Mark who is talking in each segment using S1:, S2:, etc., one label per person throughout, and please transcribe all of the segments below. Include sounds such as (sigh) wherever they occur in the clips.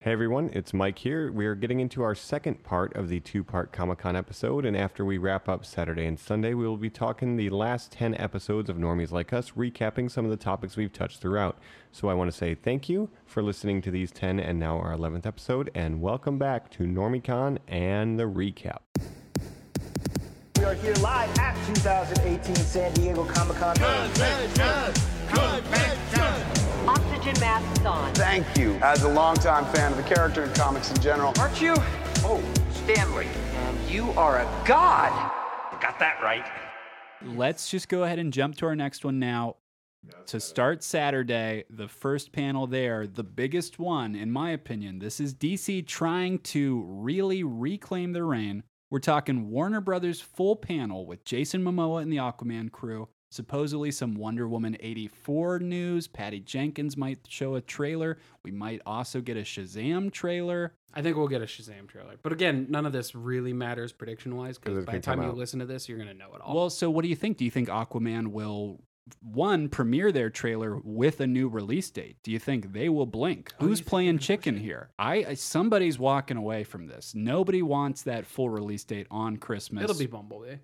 S1: Hey everyone, it's Mike here. We are getting into our second part of the two part Comic Con episode, and after we wrap up Saturday and Sunday, we will be talking the last 10 episodes of Normies Like Us, recapping some of the topics we've touched throughout. So I want to say thank you for listening to these 10 and now our 11th episode, and welcome back to NormieCon and the recap.
S2: We are here live at 2018 San Diego Comic Con.
S3: Oxygen masks on.
S4: Thank you. As a longtime fan of the character and comics in general,
S5: Aren't you? Oh, Stanley, you are a god. Got that right.
S6: let's just go ahead and jump to our next one now. To start Saturday, the first panel there, the biggest one, in my opinion, this is DC trying to really reclaim their reign. We're talking Warner Brothers full panel with Jason Momoa and the Aquaman crew, supposedly some Wonder Woman 84 news. Patty Jenkins might show a trailer. We might also get a Shazam trailer.
S7: I think we'll get a Shazam trailer. But again, none of this really matters prediction wise because
S1: it's
S7: by
S1: gonna
S7: the time
S1: come
S7: you
S1: out.
S7: listen to this, you're going to know it all.
S6: Well, so what do you think? Do you think Aquaman will one premiere their trailer with a new release date? Do you think they will blink?
S7: Oh,
S6: Who's playing chicken here? I I- somebody's walking away from this. Nobody wants that full release date on Christmas.
S7: It'll be Bumblebee.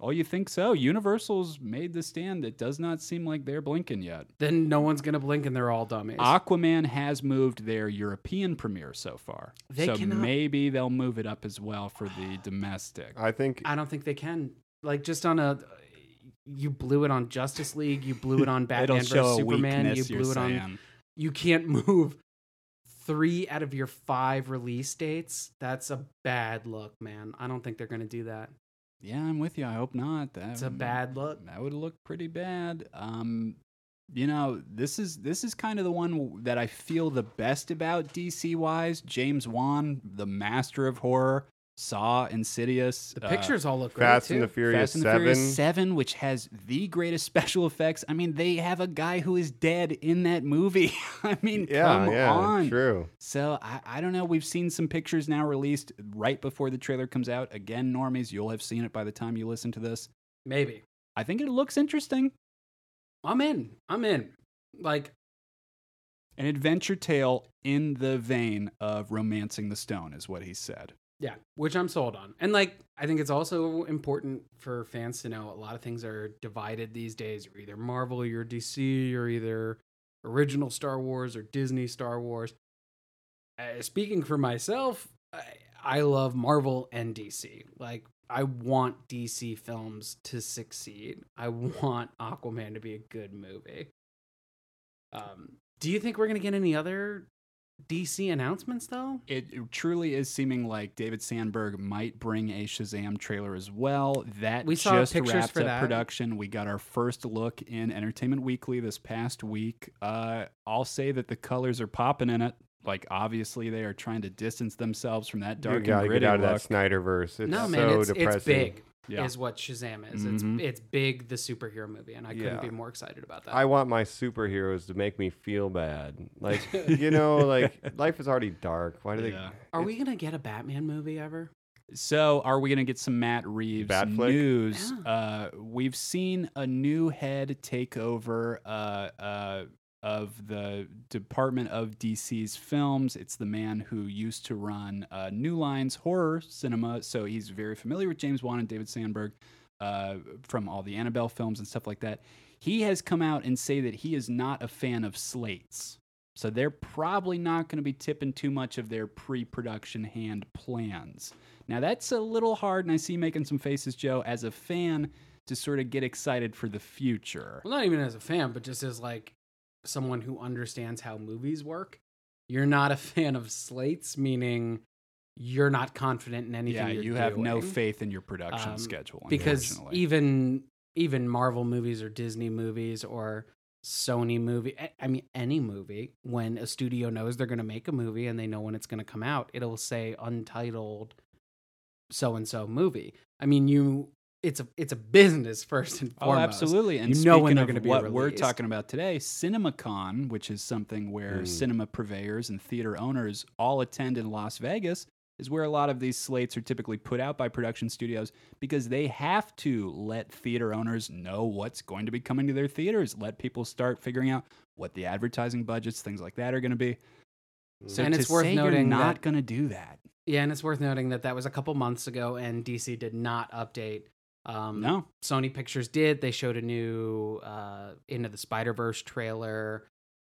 S6: Oh, you think so? Universal's made the stand. It does not seem like they're blinking yet.
S7: Then no one's going to blink and they're all dummies.
S6: Aquaman has moved their European premiere so far.
S7: They
S6: so
S7: cannot-
S6: maybe they'll move it up as well for the domestic.
S1: I think
S7: I don't think they can. Like, just on a. You blew it on Justice League. You blew
S6: (laughs)
S7: it on Batman
S6: It'll show
S7: vs.
S6: a
S7: Superman.
S6: weakness,
S7: you
S6: you're
S7: blew it on.
S6: saying.
S7: You can't move three out of your five release dates. That's a bad look, man. I don't think they're going to do that.
S6: Yeah, I'm with you. I hope not. That
S7: It's a bad look.
S6: That would look pretty bad. Um, you know, this is this is kind of the one that I feel the best about DC wise. James Wan, the master of horror, saw Insidious.
S7: The
S6: uh,
S7: pictures all look great.
S1: Fast and
S7: too.
S1: the Furious
S6: Fast and the
S1: 7.
S6: Furious Seven, which has the greatest (laughs) special effects. I mean, they have a guy who is dead in that movie. (laughs) I mean,
S1: yeah,
S6: come
S1: yeah,
S6: on.
S1: true.
S6: So I, I don't know. We've seen some pictures now released right before the trailer comes out. Again, normies, you'll have seen it by the time you listen to this.
S7: Maybe.
S6: I think it looks interesting.
S7: I'm in. I'm in. Like,
S6: An adventure tale in the vein of Romancing the Stone is what he said.
S7: Yeah, which I'm sold on. And like I think it's also important for fans to know a lot of things are divided these days. You're either Marvel, you're DC, you're either original Star Wars or Disney Star Wars. Uh, speaking for myself, I, I love Marvel and DC. Like I want DC films to succeed. I want Aquaman to be a good movie. Um, do you think we're gonna get any other DC announcements though?
S6: It truly is seeming like David Sandberg might bring a Shazam trailer as well. That
S7: We saw
S6: just
S7: pictures
S6: wrapped
S7: for
S6: up
S7: that.
S6: production. We got our first look in Entertainment Weekly this past week. Uh, I'll say that the colors are popping in it. Like obviously they are trying to distance themselves from that dark
S1: you gotta
S6: and gritty
S1: get out of
S6: look.
S1: that Snyderverse. It's
S7: no,
S1: so
S7: man, it's,
S1: depressing.
S7: it's big.
S6: Yeah.
S7: Is what Shazam is.
S6: Mhm.
S7: It's it's big, the superhero movie, and I couldn't
S1: Yeah.
S7: be more excited about that.
S1: I want my superheroes to make me feel bad.
S6: (laughs)
S1: Like, you know, like life is already dark. Why do
S6: Yeah.
S7: Are we gonna get a Batman movie ever?
S6: So, are we going to get some Matt Reeves
S1: Batflick?
S6: news?
S7: Yeah.
S6: Uh, we've seen a new head take over uh, uh, of the Department of DC's films. It's the man who used to run uh, New Lines horror cinema, so he's very familiar with James Wan and David Sandberg uh, from all the Annabelle films and stuff like that. He has come out and say that he is not a fan of slates. So they're probably not going to be tipping too much of their pre-production hand plans. Now that's a little hard, and I see you making some faces, Joe, as a fan to sort of get excited for the future.
S7: Well, not even as a fan, but just as like someone who understands how movies work. You're not a (laughs) fan of slates, meaning you're not confident in anything.
S6: Yeah,
S7: you're
S6: you have no
S7: doing.
S6: faith in your production
S7: Um,
S6: schedule
S7: because
S6: unfortunately.
S7: even even Marvel movies or Disney movies or Sony movie, I- I mean any movie, when a studio knows they're going to make a movie and they know when it's going to come out, it'll say untitled so and so movie. I mean, you it's a it's a business (laughs) first and
S6: Oh,
S7: foremost.
S6: absolutely. And
S7: You
S6: speaking
S7: know when they're
S6: of
S7: gonna be
S6: what we're
S7: released.
S6: talking about today, CinemaCon, which is something where
S7: Hmm.
S1: Mm.
S6: cinema purveyors and theater owners all attend in Las Vegas, is where a lot of these slates are typically put out by production studios because they have to let theater owners know what's going to be coming to their theaters, let people start figuring out what the advertising budgets, things like that are going to be. So
S7: Hmm. And
S6: to
S7: it's worth
S6: say you're
S7: noting
S6: not
S7: that-
S6: going to do that.
S7: Yeah, and it's worth noting that that was a couple months ago, and DC did not update. Um,
S6: No.
S7: Sony Pictures did. They showed a new uh, Into the Spider Verse trailer.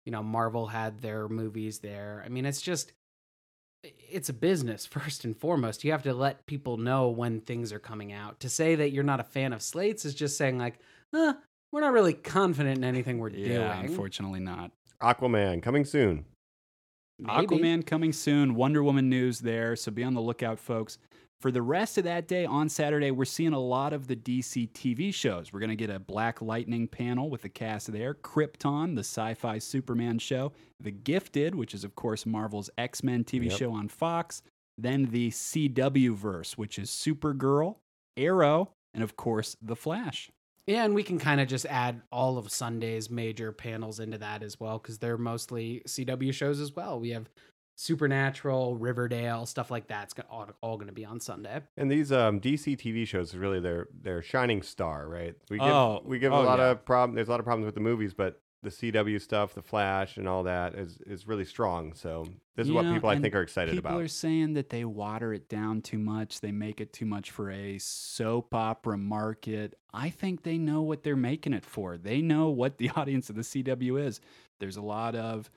S7: You know, Marvel had their movies there. I mean, it's just, it's a business (laughs) first and foremost. You have to let people know when things are coming out. To say that you're not a fan of slates is just saying like, eh, we're not really confident in anything we're
S6: Yeah,
S7: doing.
S6: unfortunately not.
S1: Aquaman coming soon.
S7: Maybe.
S6: Aquaman coming soon. Wonder Woman news there. So be on the lookout, folks. For the rest of that day on Saturday, we're seeing a lot of the DC TV shows. We're going to get a Black Lightning panel with the cast there, Krypton, the sci fi Superman show, The Gifted, which is, of course, Marvel's X Men TV
S1: Yep.
S6: show on Fox, then the CW verse, which is Supergirl, Arrow, and, of course, The Flash.
S7: Yeah, and we can kind of just add all of Sunday's major panels into that as well, because they're mostly CW shows as well. We have Supernatural, Riverdale, stuff like that's got- all, all going to be on Sunday.
S1: And these um, DC TV shows is really their their shining star, right? We give
S6: Oh,
S1: we give
S6: oh,
S1: a lot
S6: yeah.
S1: of problem. There's a lot of problems with the movies, but the CW stuff, the Flash, and all that is is really strong. So this is
S6: You
S1: what
S6: know,
S1: people I
S6: and
S1: think are excited
S6: people
S1: about. Oh,
S6: are saying that they water it down too much. They make it too much for a soap opera market. I think they know what they're making it for. They know what the (laughs) audience of the CW is. There's a lot of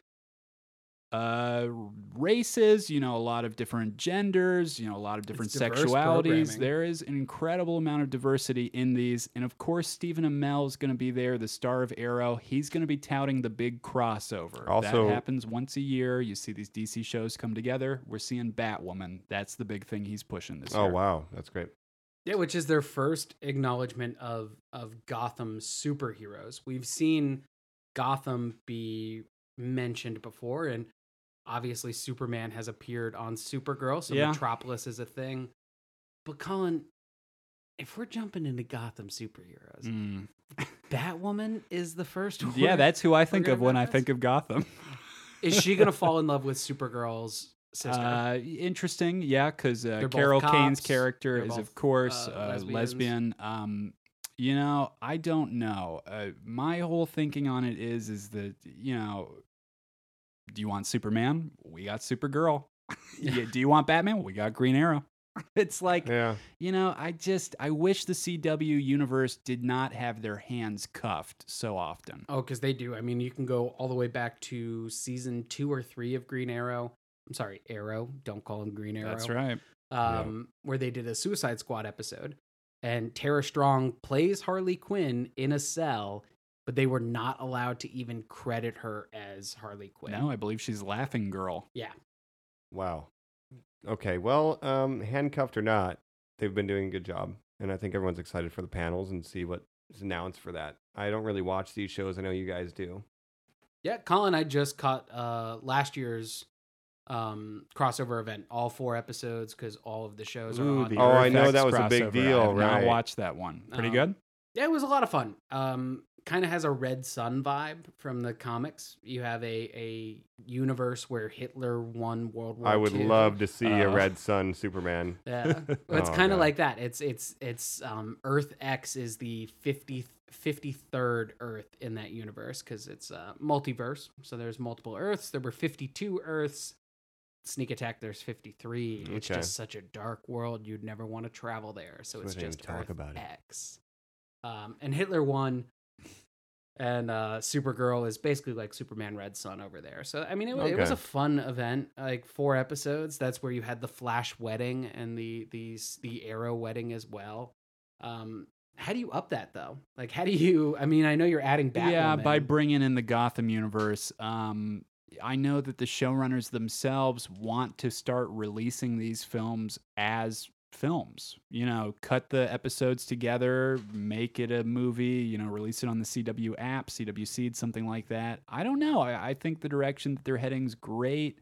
S6: uh races you know a lot of different genders you know a lot of different
S7: diverse
S6: sexualities
S7: programming.
S6: there is an incredible amount of diversity in these and of course stephen amell is going to be there the star of arrow he's going to be touting the big crossover
S1: Also-
S6: that happens once a year you see these dc shows come together we're seeing batwoman that's the big thing he's pushing this
S1: oh
S6: year
S1: wow, that's great.
S7: Yeah, which is their first acknowledgement of of Gotham superheroes. We've seen Gotham be mentioned before, and obviously Superman has appeared on Supergirl, so
S6: Yeah.
S7: Metropolis is a thing. But Colin, if we're jumping into Gotham superheroes,
S6: Mm.
S7: Batwoman is the first one.
S6: yeah that's who i think
S7: gonna
S6: of when i
S7: reference?
S6: think of gotham
S7: (laughs) is she gonna fall in love with Supergirl's sister?
S6: Uh, interesting, yeah, because uh,
S7: They're both
S6: Carol Kane's
S7: cops.
S6: character
S7: They're
S6: is,
S7: both,
S6: of course,
S7: uh,
S6: uh,
S7: lesbians.
S6: lesbian. Um, you know, I don't know. Uh, my whole thinking on it is, is that you know, do you want Superman? We got Supergirl. (laughs) yeah, do you want Batman? We got Green Arrow. (laughs) It's like
S1: Yeah,
S6: you know, I just I wish the CW universe did not have their hands cuffed so often.
S7: Oh, because they do. I mean, you can go all the way back to season two or three of Green Arrow. I'm sorry, Arrow. Don't call him Green Arrow.
S6: That's right.
S7: Um, Where they did a Suicide Squad episode, and Tara Strong plays Harley Quinn in a cell, but they were not allowed to even credit her as Harley Quinn.
S6: No, I believe she's Laughing Girl.
S7: yeah.
S1: wow. Okay, well, um, handcuffed or not, they've been doing a good job, and I think everyone's excited for the panels and see what is announced for that. I don't really watch these shows. I know you guys do.
S7: Yeah, Colin, I just caught uh, last year's um, crossover event, all four episodes, because all of the shows are on.
S1: the Oh, I know
S6: Earth-X
S1: that was a big
S6: crossover.
S1: deal,
S6: I have not
S1: right.
S6: watched that one. Pretty
S7: Um,
S6: good.
S7: Yeah, it was a lot of fun. Um, kind of has a Red Sun vibe from the comics. You have a a universe where Hitler won World War.
S1: I would
S7: II.
S1: love to see a
S6: Uh,
S1: Red Sun Superman.
S7: Yeah, Well, it's
S1: Oh,
S7: kind
S1: God.
S7: of like that. It's it's it's um, Earth X is the 50, 53rd Earth in that universe because it's uh, multiverse. So there's multiple Earths. There were fifty two Earths. Sneak Attack, there's fifty three. It's
S1: Okay.
S7: just such a dark world. You'd never want to travel there. So
S1: That's
S7: it's
S1: why they
S7: just
S1: don't talk
S7: Earth
S1: about it.
S7: X. Um, and Hitler won. And uh, Supergirl is basically like Superman Red Sun over there. So I mean, it, it
S1: Okay.
S7: was a fun event, like four episodes. That's where you had the Flash wedding and the the the Arrow wedding as well. Um, how do you up that though? Like, how do you? I mean, I know you're adding Batwoman.
S6: Yeah, by bringing in the Gotham universe, um, I know that the showrunners themselves want to start releasing these films as films. You know, cut the episodes together, make it a movie. You know, release it on the CW app, CW Seed, something like that. I don't know. I, I think the direction that they're heading's great.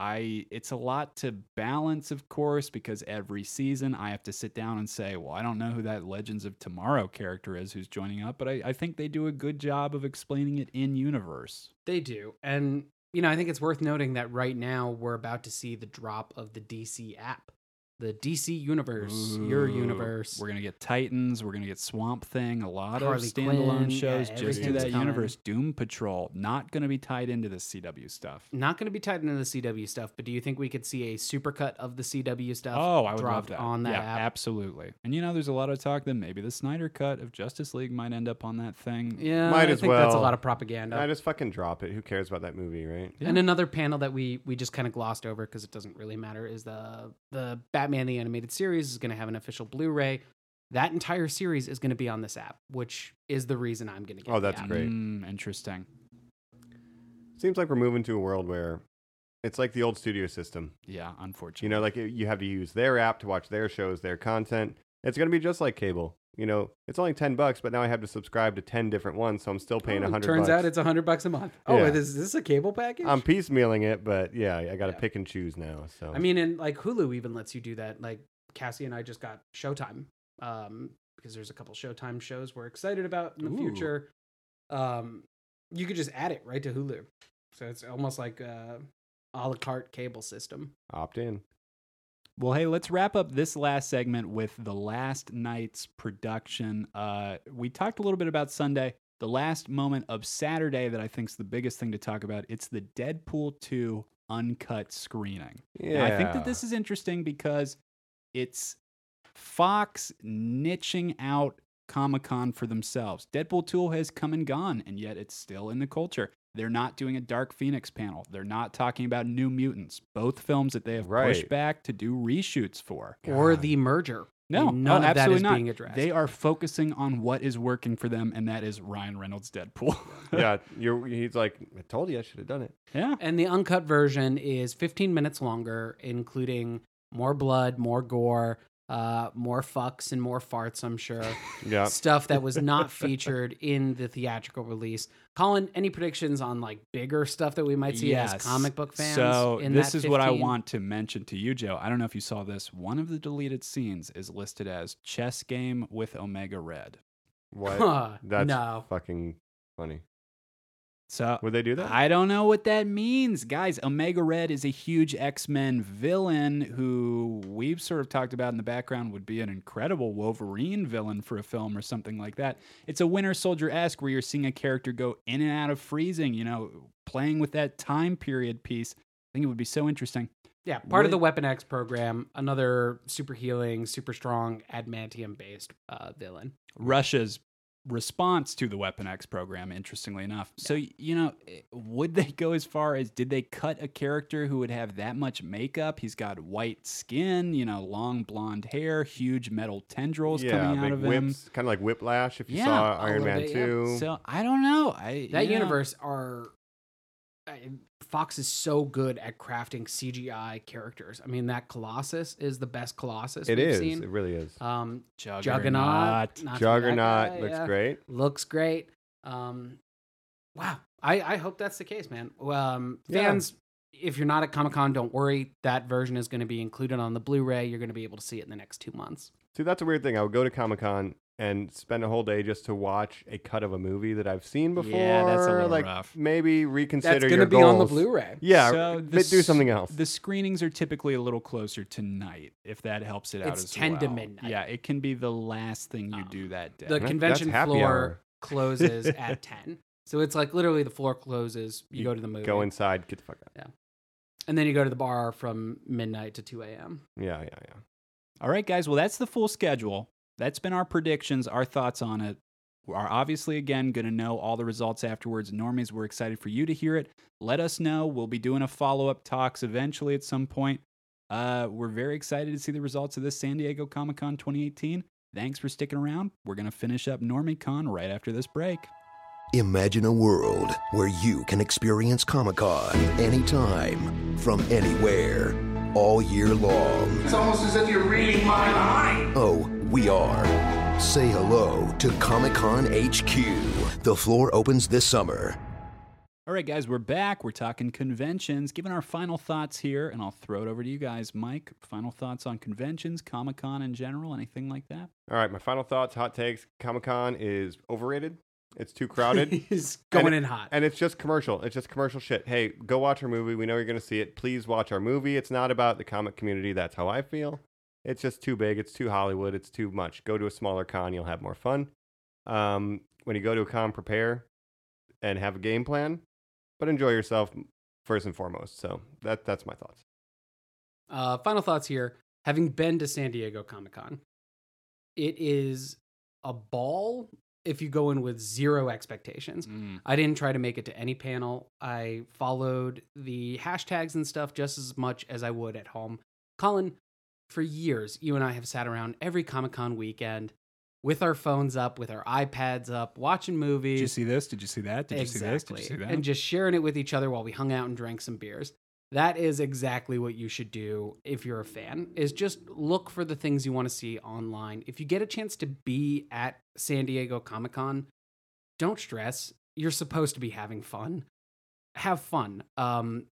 S6: I it's a lot to balance, of course, because every season I have to sit down and say, well, I don't know who that Legends of Tomorrow character is who's joining up, but I, I think they do a good job of explaining it in universe.
S7: they do, and you know, I think it's worth noting that right now we're about to see the drop of the DC app. the DC universe, your
S6: Ooh,
S7: universe.
S6: We're gonna get Titans. We're gonna get Swamp Thing. A lot
S7: Harley
S6: of standalone
S7: Quinn,
S6: shows
S7: yeah,
S6: just to
S7: everything's
S6: that
S7: coming.
S6: universe. Doom Patrol not gonna be tied into the CW stuff.
S7: Not going to be tied into the CW stuff, but do you think we could see a supercut of the CW stuff?
S6: Oh, I would love
S7: dropped
S6: that.
S7: on that
S6: yeah,
S7: app.
S6: absolutely. And you know, there's a lot of talk that maybe the Snyder cut of Justice League might end up on that thing.
S7: Yeah,
S1: Might
S7: I
S1: as
S7: think That's a
S1: well.
S7: lot of propaganda.
S1: I just fucking drop it. Who cares about that movie, right?
S7: And another panel that we we just kind of glossed over because it doesn't really matter is the the Batman the animated series is going to have an official Blu-ray. That entire series is going to be on this app, which is the reason I'm going to get.
S1: Oh,
S7: the
S1: that's
S7: app.
S1: great.
S6: Mm, interesting.
S1: Seems like we're moving to a world where it's like the old studio system.
S6: Yeah,
S1: You
S6: unfortunately.
S1: know, like you have to use their app to watch their shows, their content. It's going to be just like cable. You know, it's only 10 bucks, but now I have to subscribe to 10 different ones, so I'm still paying a
S7: Oh,
S1: 100
S7: Turns
S1: bucks.
S7: out it's hundred bucks a month. Oh,
S1: Yeah.
S7: is this a cable package?
S1: I'm piecemealing it, but yeah, I got to pick and choose now. So
S7: I mean, and like Hulu even lets you do that. Like Cassie and I just got Showtime um, because there's a couple Showtime shows we're excited about in the
S6: Ooh.
S7: future. Um, you could just add it right to Hulu, so it's almost like a a la carte cable system.
S1: opt in.
S6: Well, hey, let's wrap up this last segment with the last night's production. Uh, we talked a little bit about Sunday, the last moment of Saturday that I think is the biggest thing to talk about. It's the Deadpool 2 uncut screening.
S1: Yeah.
S6: And I think that this is interesting because it's Fox niching out Comic Con for themselves. Deadpool 2 has come and gone, and yet it's still in the culture. They're not doing a Dark Phoenix panel. They're not talking about New Mutants, both films that they have pushed
S1: Right.
S6: back to do reshoots for.
S7: or the merger.
S6: No,
S7: And
S6: no,
S7: none of that
S6: absolutely
S7: is
S6: not.
S7: being addressed.
S6: They are focusing on what is working for them, and that is Ryan Reynolds' Deadpool.
S1: (laughs) (laughs) yeah, you're, he's like, I told you I should have done it.
S6: yeah.
S7: and the uncut version is 15 minutes longer, including more blood, more gore, uh, more fucks, and more farts. I'm sure
S1: Yeah.
S7: stuff that
S6: (laughs)
S7: was not featured in the theatrical release. Colin, any predictions on like bigger stuff that we might see as comic book fans?
S6: So
S7: in
S6: this
S7: that
S6: is what I
S7: 15?
S6: want to mention to you, Joe. I don't know if you saw this. One of the deleted scenes is listed as chess game with Omega Red. (laughs)
S7: Huh,
S1: What? That's
S7: no.
S1: fucking funny.
S6: So
S1: Would they do that?
S6: I don't know what that means, guys. Omega Red is a huge X Men villain who we've sort of talked about in the background would be an incredible Wolverine villain for a film or something like that. It's a Winter Soldier esque where you're seeing a character go in and out of freezing, you know, playing with that time period piece. I think it would be so interesting.
S7: Yeah, part
S6: Would-
S7: of the Weapon X program, another super healing, super strong adamantium based uh, villain.
S6: Russia's response to the Weapon X program, interestingly enough. So, you know, eh, would they go as far as did they cut a character who would have that much makeup? He's got white skin, you know, long blonde hair, huge metal tendrils
S1: yeah,
S6: coming out
S1: big
S6: of him.
S1: whips, kind of like Whiplash if you
S6: Yeah,
S1: saw
S6: a
S1: Iron
S7: little
S1: Man
S7: bit, yeah.
S1: 2.
S6: So, I don't know. I
S7: That
S6: you know,
S7: universe are I- Fox is so good at crafting CGI characters. I mean, that Colossus is the best Colossus
S1: it
S7: we've
S1: is. It
S7: seen.
S1: really is.
S6: Uh,
S7: Um,
S6: Juggernaut.
S7: Juggernaut, not to be that
S1: Juggernaut
S7: guy,
S1: looks
S7: yeah.
S1: great.
S7: looks great. Um, wow, I, I hope that's the case, man. Um,
S1: Yeah.
S7: fans, if you're not at Comic Con, don't worry. That version is going to be included on the Blu-ray. You're going to be able to see it in the next two months.
S1: See, that's a weird thing. I would go to Comic Con and spend a whole day just to watch a cut of a movie that I've seen before.
S6: Yeah, that's a little
S1: like,
S6: rough.
S1: Maybe reconsider
S7: That's going
S1: your
S7: to be on the
S1: goals.
S7: Blu-ray.
S1: Yeah,
S6: So
S1: but
S6: the
S1: do something
S6: s-
S1: else.
S6: The screenings are typically a little closer tonight, if that helps it out
S7: It's
S6: as
S7: 10
S6: well.
S7: to midnight.
S6: Yeah, it can be the last thing you
S1: Ah.
S7: Um,
S6: do that day.
S7: The
S1: That's
S7: convention
S1: happy
S7: floor
S1: hour. (laughs)
S7: closes at ten, so it's like literally the floor closes. You,
S1: You
S7: go to the movie,
S1: go inside, get the fuck out.
S7: and then you go to the bar from midnight to two a.m.
S1: Yeah, yeah, yeah.
S6: All right, guys. Well, that's the full schedule. That's been our predictions, our thoughts on it. We are obviously, again, going to know all the results afterwards. Normies, we're excited for you to hear it. Let us know. We'll be doing a follow up talks eventually at some point. Uh, we're very excited to see the results of this San Diego Comic Con 2018. Thanks for sticking around. We're going to finish up NormieCon right after this break.
S8: Imagine a world where you can experience Comic Con anytime, from anywhere, all year long.
S9: It's almost as if you're reading my mind.
S8: Oh, we are. Say hello to Comic Con HQ. The floor opens this summer.
S6: All right, guys, we're back. We're talking conventions, giving our final thoughts here, and I'll throw it over to you guys. Mike, final thoughts on conventions, Comic Con in general, anything like that?
S1: All right, my final thoughts, hot takes. Comic Con is overrated. It's too
S7: (laughs)
S1: crowded.
S7: He's going
S1: And-
S7: in hot.
S1: And it's just commercial. It's just commercial shit. Hey, go watch our movie. We know you're going to see it. Please watch our movie. It's not about the comic community. That's how I feel. It's just too big. It's too Hollywood. It's too much. Go to a smaller con. You'll have more fun. Um, when you go to a con, prepare and have a game plan, but enjoy yourself first and foremost. So that that's my thoughts.
S7: Uh, final thoughts here. Having been to San Diego Comic Con, it is a ball if you go in with zero expectations.
S6: Mm.
S7: I didn't try to make it to any panel. I followed the hashtags and stuff just as much as I would at home. Colin, for years, you and I have sat around every Comic Con weekend with our phones up, with our iPads up, watching movies
S6: Did you see this? Did you see that? Did you see this? Did
S7: exactly.
S6: you see that?
S7: And just sharing it with each other while we hung out and drank some beers. That is exactly what you should do if you're a fan. Is just look for the things you want to see online. If you get a chance to be at San Diego Comic Con, don't stress. You're supposed to be having fun. Have fun. Um,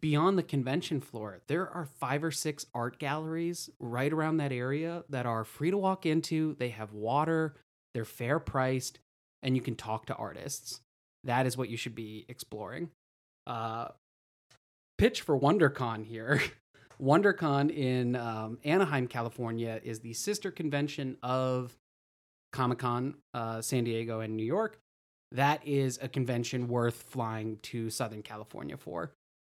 S7: beyond the convention floor, there are five or six art galleries right around that area that are free to walk into. They have water, they're fair priced, and you can talk to artists. That is what you should be exploring. Uh, pitch for WonderCon here. (laughs) WonderCon in um, Anaheim, California is the sister convention of Comic Con, uh, San Diego, and New York. That is a convention worth flying to Southern California for.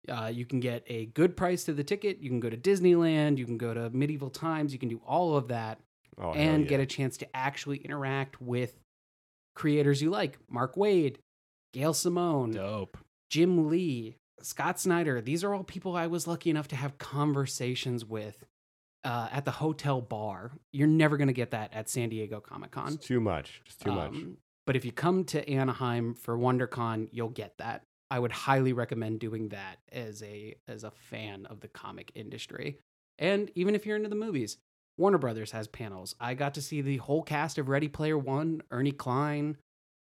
S7: Uh, you can get a good price to the ticket. You can go to Disneyland. You can go to Medieval Times. You can do all of that
S1: Oh, hell
S7: and
S1: yeah.
S7: get a chance to actually interact with creators you like Mark Wade, Gail Simone,
S6: dope. (laughs)
S7: Jim Lee, Scott Snyder. These are all people I was lucky enough to have conversations with uh, at the hotel bar. You're never going to get that at San Diego Comic Con.
S1: It's too much. Just too much.
S7: Um, But if you come to Anaheim for WonderCon, you'll get that. I would highly recommend doing that as a as a fan of the comic industry. And even if you're into the movies, Warner Brothers has panels. I got to see the whole cast of Ready Player One, Ernie Klein,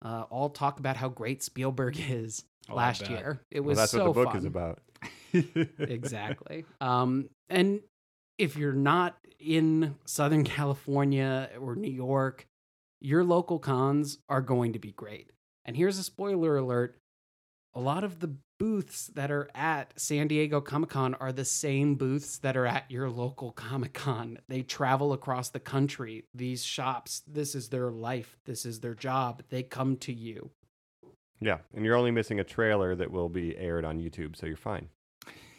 S7: uh, all talk about how great Spielberg (laughs) is
S6: Oh, I
S7: last
S6: bet.
S7: year. It
S1: well,
S7: was
S1: that's
S7: so
S1: what the book
S7: fun
S1: is about.
S7: (laughs)
S1: (laughs)
S7: exactly. Um, and if you're not in Southern (laughs) California or New York, your local cons are going to be great. And here's a spoiler alert a lot of the booths that are at San Diego Comic Con are the same booths that are at your local Comic Con. They travel across the country. These shops, this is their life, this is their job. They come to you.
S1: Yeah, and you're only missing a trailer that will be aired on YouTube, so you're fine.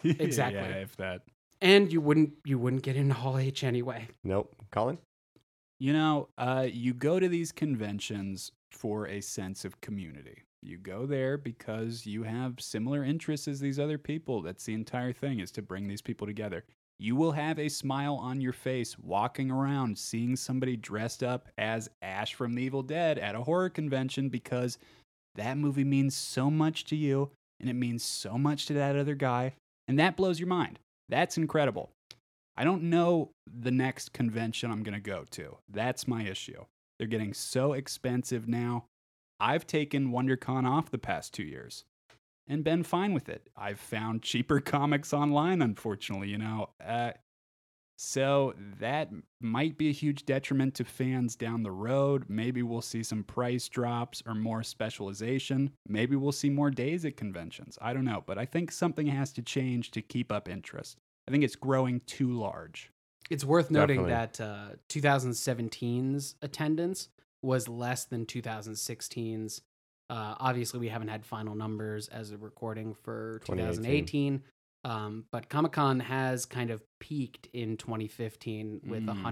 S7: Exactly.
S6: yeah, if that.
S7: And you wouldn't you wouldn't get into Hall H anyway.
S1: Nope. Colin?
S7: Uh,
S6: You know, uh, you go to these conventions for a sense of community. You go there because you have similar interests as these other people. That's the entire thing is to bring these people together. You will have a smile on your face walking around seeing somebody dressed up as Ash from The Evil Dead at a horror convention because that movie means so much to you and it means so much to that other guy and that blows your mind. That's incredible. I don't know the next convention I'm going to go to. That's my issue. They're getting so expensive now. I've taken WonderCon off the past two years and been fine with it. I've found (laughs) cheaper comics online, unfortunately, you know. Uh, so that m- might be a huge detriment to fans down the road. Maybe we'll see some price drops or more specialization. Maybe we'll see more days at conventions. I don't know, but I think something has to change to keep up interest. I think it's growing too large.
S7: It's worth noting
S1: Definitely.
S7: that uh, 2017's attendance was less than 2016's. Uh, obviously, we haven't had final numbers as a recording for 2018,
S1: 2018.
S7: um, but Comic Con has kind of peaked in 2015 with
S1: Hmm.
S6: Mm.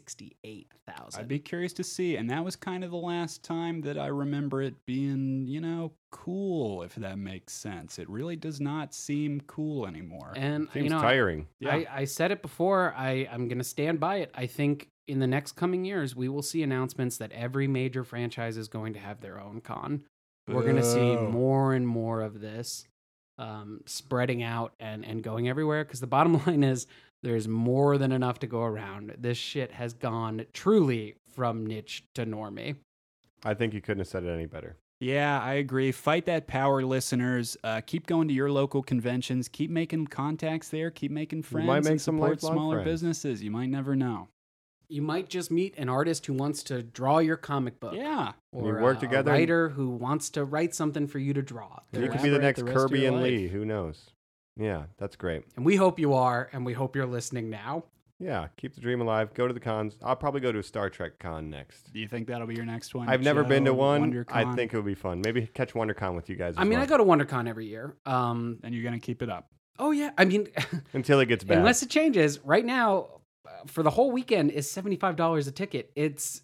S7: 168,000.
S6: I'd be curious to see. And that was kind of the last time that I remember it being, you know, cool, if that makes sense. It really does not seem cool anymore.
S7: and
S1: Seems
S7: you know, I-
S1: tiring.
S7: I, I said it before. I, I'm going to stand by it. I think in the next coming years, we will see announcements that every major franchise is going to have their own con. We're going to see
S6: Boo.
S7: more and more of this um, spreading out and, and going everywhere because the bottom (laughs) line is there's more than enough to go around. This shit has gone truly from niche to normie.
S1: I think you couldn't have said it any better.
S6: Yeah, I agree. Fight that power, listeners. Uh, keep going to your local conventions. Keep making contacts there. Keep making
S1: You might
S6: friends.
S1: make
S6: and
S1: some
S6: support
S1: lifelong
S6: smaller
S1: friends.
S6: businesses. You might never know.
S7: You might just meet an artist who wants to draw your comic book.
S6: Yeah.
S1: And you
S7: Or
S1: work
S7: a,
S1: together
S7: a
S1: and-
S7: writer who wants to write something for you to draw.
S1: you could be the
S6: Collaborate
S1: next
S6: the rest of
S1: Kirby
S6: your
S1: and
S6: life.
S1: Lee. Who knows? Yeah, that's great.
S7: And we hope you are, and we hope you're listening now.
S1: Yeah, keep the dream alive. Go to the cons. I'll probably go to a Star Trek con next.
S6: Do you think that'll be your next one?
S1: I've never been to
S6: Joe?
S1: one. I
S6: WonderCon?
S1: think it would be fun. Maybe catch WonderCon with you guys.
S7: I mean, I go to WonderCon every year. Um,
S6: And you're gonna keep it up.
S7: oh yeah, I mean, (laughs)
S1: until it gets bad.
S7: unless it changes. Right now, uh, for the whole weekend is seventy five dollars a ticket. It's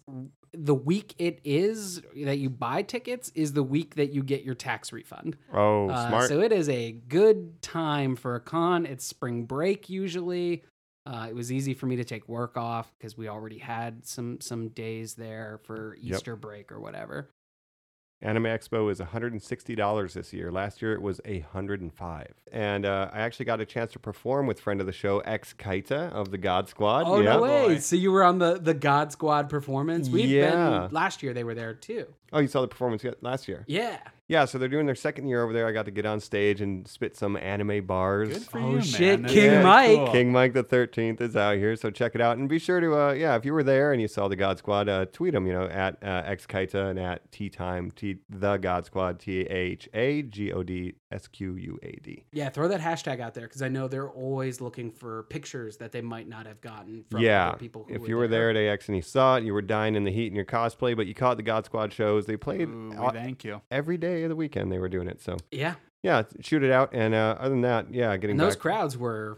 S7: the week it is that you buy tickets is the week that you get your tax refund.
S1: oh,
S7: Uh,
S1: smart.
S7: So it is a good time for a con. It's spring break usually. Uh, it was easy for me to take work off because we already had some some days there for
S1: Yep.
S7: Easter break or whatever.
S1: Anime Expo is $160 this year. Last year it was 105. And uh, I actually got a chance to perform with friend of the show X Kaita of the God Squad.
S7: Oh
S1: yeah.
S7: no way! So you were on the the God Squad performance. We've
S1: Yeah.
S7: been last year. They were there too.
S1: Oh, you saw the performance yet- last year.
S7: Yeah.
S1: Yeah, so they're doing their second year over there. I got to get on stage and spit some anime bars.
S6: Good for
S7: Oh,
S6: you, man.
S7: shit,
S6: That's
S7: King
S6: really
S7: Mike.
S6: cool.
S1: (laughs) King Mike the Thirteenth is out here, so check it out, and be sure to uh, yeah, if you were there and you saw the God Squad, uh, tweet them, you know, at uh, X Kaita and at T Time T the God Squad T H A G O D S Q U A D.
S7: Yeah, throw that hashtag out there because I know they're always looking for pictures that they might not have gotten from
S1: Yeah,
S7: other people. Who
S1: if you were there at AX and you saw it, you were dying in the heat in your cosplay, but you caught the God Squad shows. They played
S6: Ooh, we
S1: all-
S6: thank you.
S1: every day of the weekend. They were doing it, so
S7: yeah,
S1: yeah, shoot it out. And uh, other than that, yeah, getting
S7: and those
S1: back-
S7: crowds were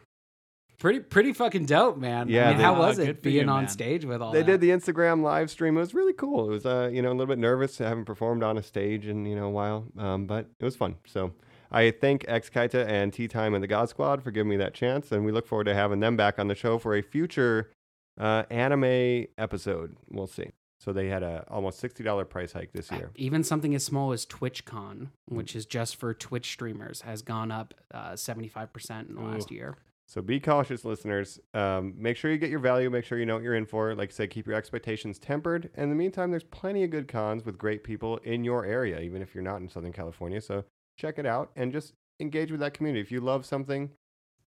S7: pretty pretty fucking dope, man. I
S1: Yeah,
S7: mean,
S1: they-
S7: how was
S6: Oh,
S7: it
S6: good for
S7: being
S6: you,
S7: on
S6: man.
S7: stage with all?
S1: They
S7: that?
S1: did the Instagram live stream. It was really cool. It was, uh, you know, a little bit nervous. I haven't performed on a stage in, you know, a while, um, but it was fun. So I thank X Kaita and Tea Time and the God Squad for giving me that chance. And we look forward to having them back on the show for a future uh, anime episode. We'll see. So they had a almost $60 price hike this year. Mm.
S7: even something as small as TwitchCon, which is just for Twitch streamers, has gone up seventy five percent in the last year.
S1: So be cautious, listeners. Um, make sure you get your value. Make sure you know what you're in for. Like I said, keep your expectations tempered. And in the meantime, there's plenty of good cons with great people in your area, even if you're not in Southern California. So check it out and just engage with that community. If you love something,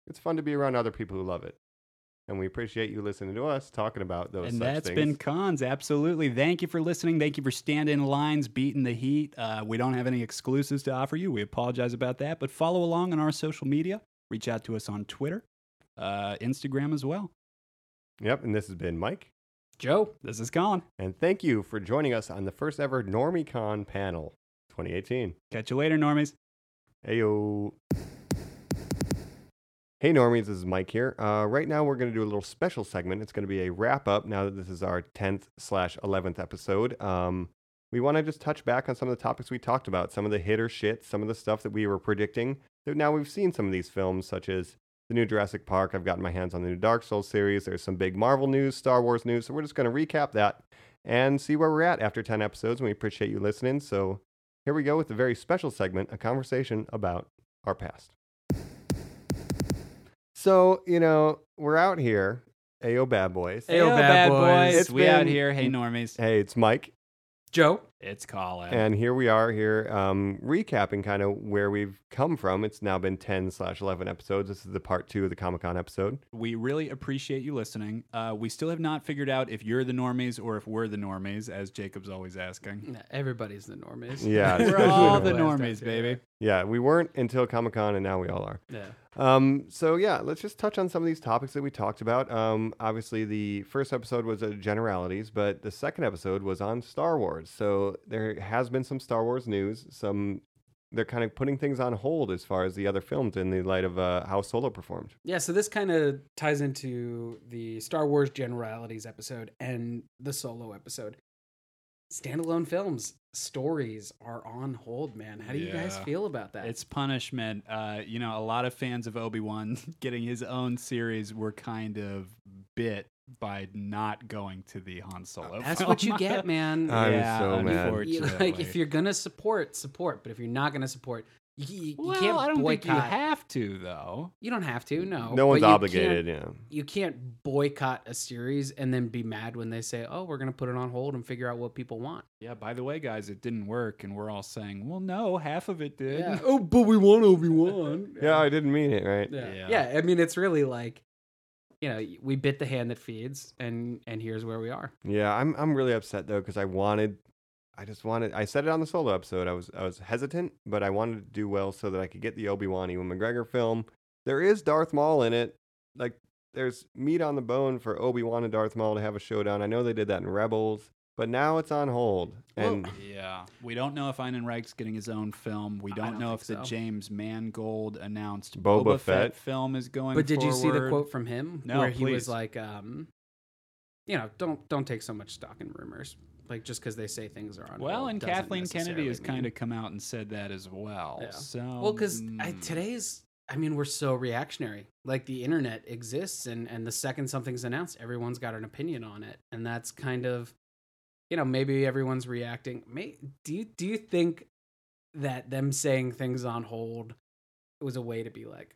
S1: it's fun to be around other people who love it. And we appreciate you listening to us talking about those.
S6: And
S1: such
S6: that's
S1: things.
S6: been cons. Absolutely. Thank you for listening. Thank you for standing in lines, beating the heat. Uh, we don't have any exclusives to offer you. We apologize about that, but follow along on our social media. Reach out to us on Twitter, uh, Instagram as well.
S1: Yep. And this has been Mike.
S7: Joe,
S6: This is Colin.
S1: And thank you for joining us on the first ever NormieCon panel 2018.
S6: Catch you later, normies.
S1: Heyo. Hey normies, this is Mike here. Uh, right now, we're going to do a little special segment. It's going to be a wrap up. Now that this is our tenth slash eleventh episode, um, we want to just touch back on some of the topics we talked about, some of the hit or shit, some of the stuff that we were predicting. That now we've seen some of these films, such as the new Jurassic Park. I've gotten my hands on the new Dark Souls series. There's some big Marvel news, Star Wars news. So we're just going to recap that and see where we're at after ten episodes. And we appreciate you listening. So here we go with a very special segment, a conversation about our past. So, you know, we're out here, Ayo Bad Boys.
S7: Ayo, bad boys.
S1: It's
S6: we out
S1: been-
S6: here. Hey, normies.
S1: Hey, it's Mike.
S7: Joe,
S6: It's Colin.
S1: And here we are here um, recapping kind of where we've come from. It's now been 10 slash 11 episodes. This is the part two of the Comic Con episode.
S6: we really appreciate you listening. Uh, we still have not figured out if you're the normies or if we're the normies, as Jacob's always asking.
S7: everybody's the normies. (laughs)
S1: Yeah,
S6: We're
S1: especially
S6: all the
S1: the
S6: normies, baby.
S1: Yeah, we weren't until Comic Con and now we all are.
S7: Yeah.
S1: Um, so yeah, let's just touch on some of these topics that we talked about. Um, obviously, the first episode was uh, generalities, but the second episode was on Star Wars. So there has been some Star Wars news. Some they're kind of putting things on hold as far as the other films in the light of uh, how Solo performed.
S7: Yeah, so this kind of ties into the Star Wars generalities episode and the solo episode. Standalone films, stories are on hold, man. How do you guys
S6: Yeah.
S7: feel about that?
S6: It's punishment. Uh, you know, a lot of fans of Obi Wan (laughs) getting his own series were kind of bit by not going to the Han Solo. (laughs)
S7: Oh, That's
S6: film.
S7: what you get, man.
S1: I'm
S6: yeah,
S1: so mad.
S7: You-
S6: unfortunately.
S7: like if you're gonna support, support. But if you're not gonna support, you, you- you
S6: well,
S7: can't
S6: I don't
S7: boycott.
S6: think you have to though.
S7: You don't have to. No,
S1: no one's
S7: but you
S1: obligated.
S7: can't-
S1: Yeah.
S7: You can't boycott a series and then be mad when they say, "Oh, we're gonna put it on hold and figure out what people want."
S6: Yeah. By the way, guys, it didn't work, and we're all saying, "Well, no, half of it did." (laughs)
S7: oh, but we want Obi (laughs) Wan.
S1: Yeah, I didn't mean it, right?
S7: yeah.
S6: Yeah.
S7: yeah. I mean, it's really like, you know, we bit the hand that feeds, and and here's where we are.
S1: Yeah, I'm I'm really upset though because I wanted, I just wanted. I said it on the solo episode. I was I was hesitant, but I wanted to do well so that I could get the Obi Wan Ewan McGregor film. There is Darth Maul in it. Like there's meat on the bone for Obi Wan and Darth Maul to have a showdown. I know they did that in Rebels, but now it's on hold. And
S6: Yeah, we don't know if Einan Reich's getting his own film. We don't,
S7: don't
S6: know
S7: think
S6: if the
S7: so.
S6: James Mangold announced
S1: Boba
S6: Boba, Fett.
S1: Fett.
S6: film is going.
S7: But did you see the
S6: forward.
S7: quote from him
S6: No,
S7: where he
S6: please.
S7: was like, um, you know, don't don't take so much stock in rumors, like just because they say things are on.
S6: Well,
S7: hold
S6: and
S7: doesn't
S6: Kathleen Kennedy
S7: necessarily
S6: has kind
S7: mean-
S6: of come out and said that as well.
S7: Yeah.
S6: So
S7: well because
S6: mm,
S7: today's i mean we're so reactionary like the internet exists and and the second something's announced everyone's got an opinion on it and that's kind of you know maybe everyone's reacting may do you do you think that them saying things on hold was a way to be like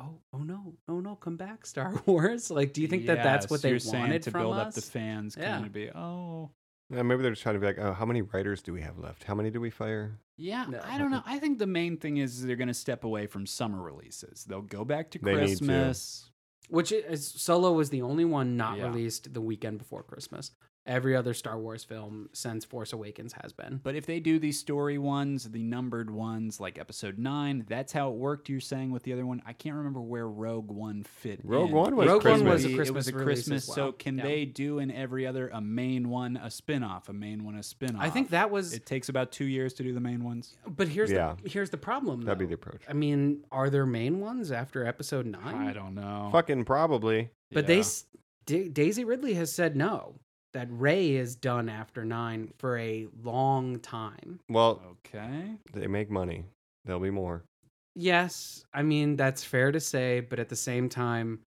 S7: oh oh no oh no come back (laughs) star wars like do you think that that's
S6: yes,
S7: what they
S6: you're saying
S7: wanted
S6: to
S7: from
S6: build
S7: us
S6: up the fans?
S7: Yeah.
S6: Kind of be oh
S1: Yeah, maybe they're just trying to be like, oh, how many writers do we have left? How many do we fire?
S6: yeah.
S7: No.
S6: I don't know. I think the main thing is they're going to step away from summer releases. They'll go back to
S1: They need to.
S6: Christmas.
S7: which is solo was the only one not
S6: Yeah.
S7: released the weekend before christmas every other star wars film since force awakens has been
S6: But if they do these story ones, the numbered ones, like episode nine, that's how it worked. You're saying with the other one, I can't remember where Rogue One fit.
S1: Rogue
S6: in.
S1: One was
S7: Rogue One
S6: It
S7: was a
S6: be- It was
S7: Christmas
S6: a
S7: release as
S6: Christmas. So
S7: well.
S6: can
S7: Yeah.
S6: they do in every other a main one, a spin-off, a main one, a spin-off?
S7: I think that was.
S6: it takes about two years to do the main ones.
S7: but here's
S1: Yeah.
S7: the here's the problem.
S1: That'd be
S7: though.
S1: the approach.
S7: I mean, are there main ones after episode nine?
S6: I don't know.
S1: Fucking probably.
S7: But they
S6: Yeah.
S7: s- Da- Daisy Ridley has said no. That Ray is done after nine for a long time.
S1: Well,
S6: okay.
S1: they make money. There'll be more.
S7: Yes, I mean that's fair to say, but at the same time,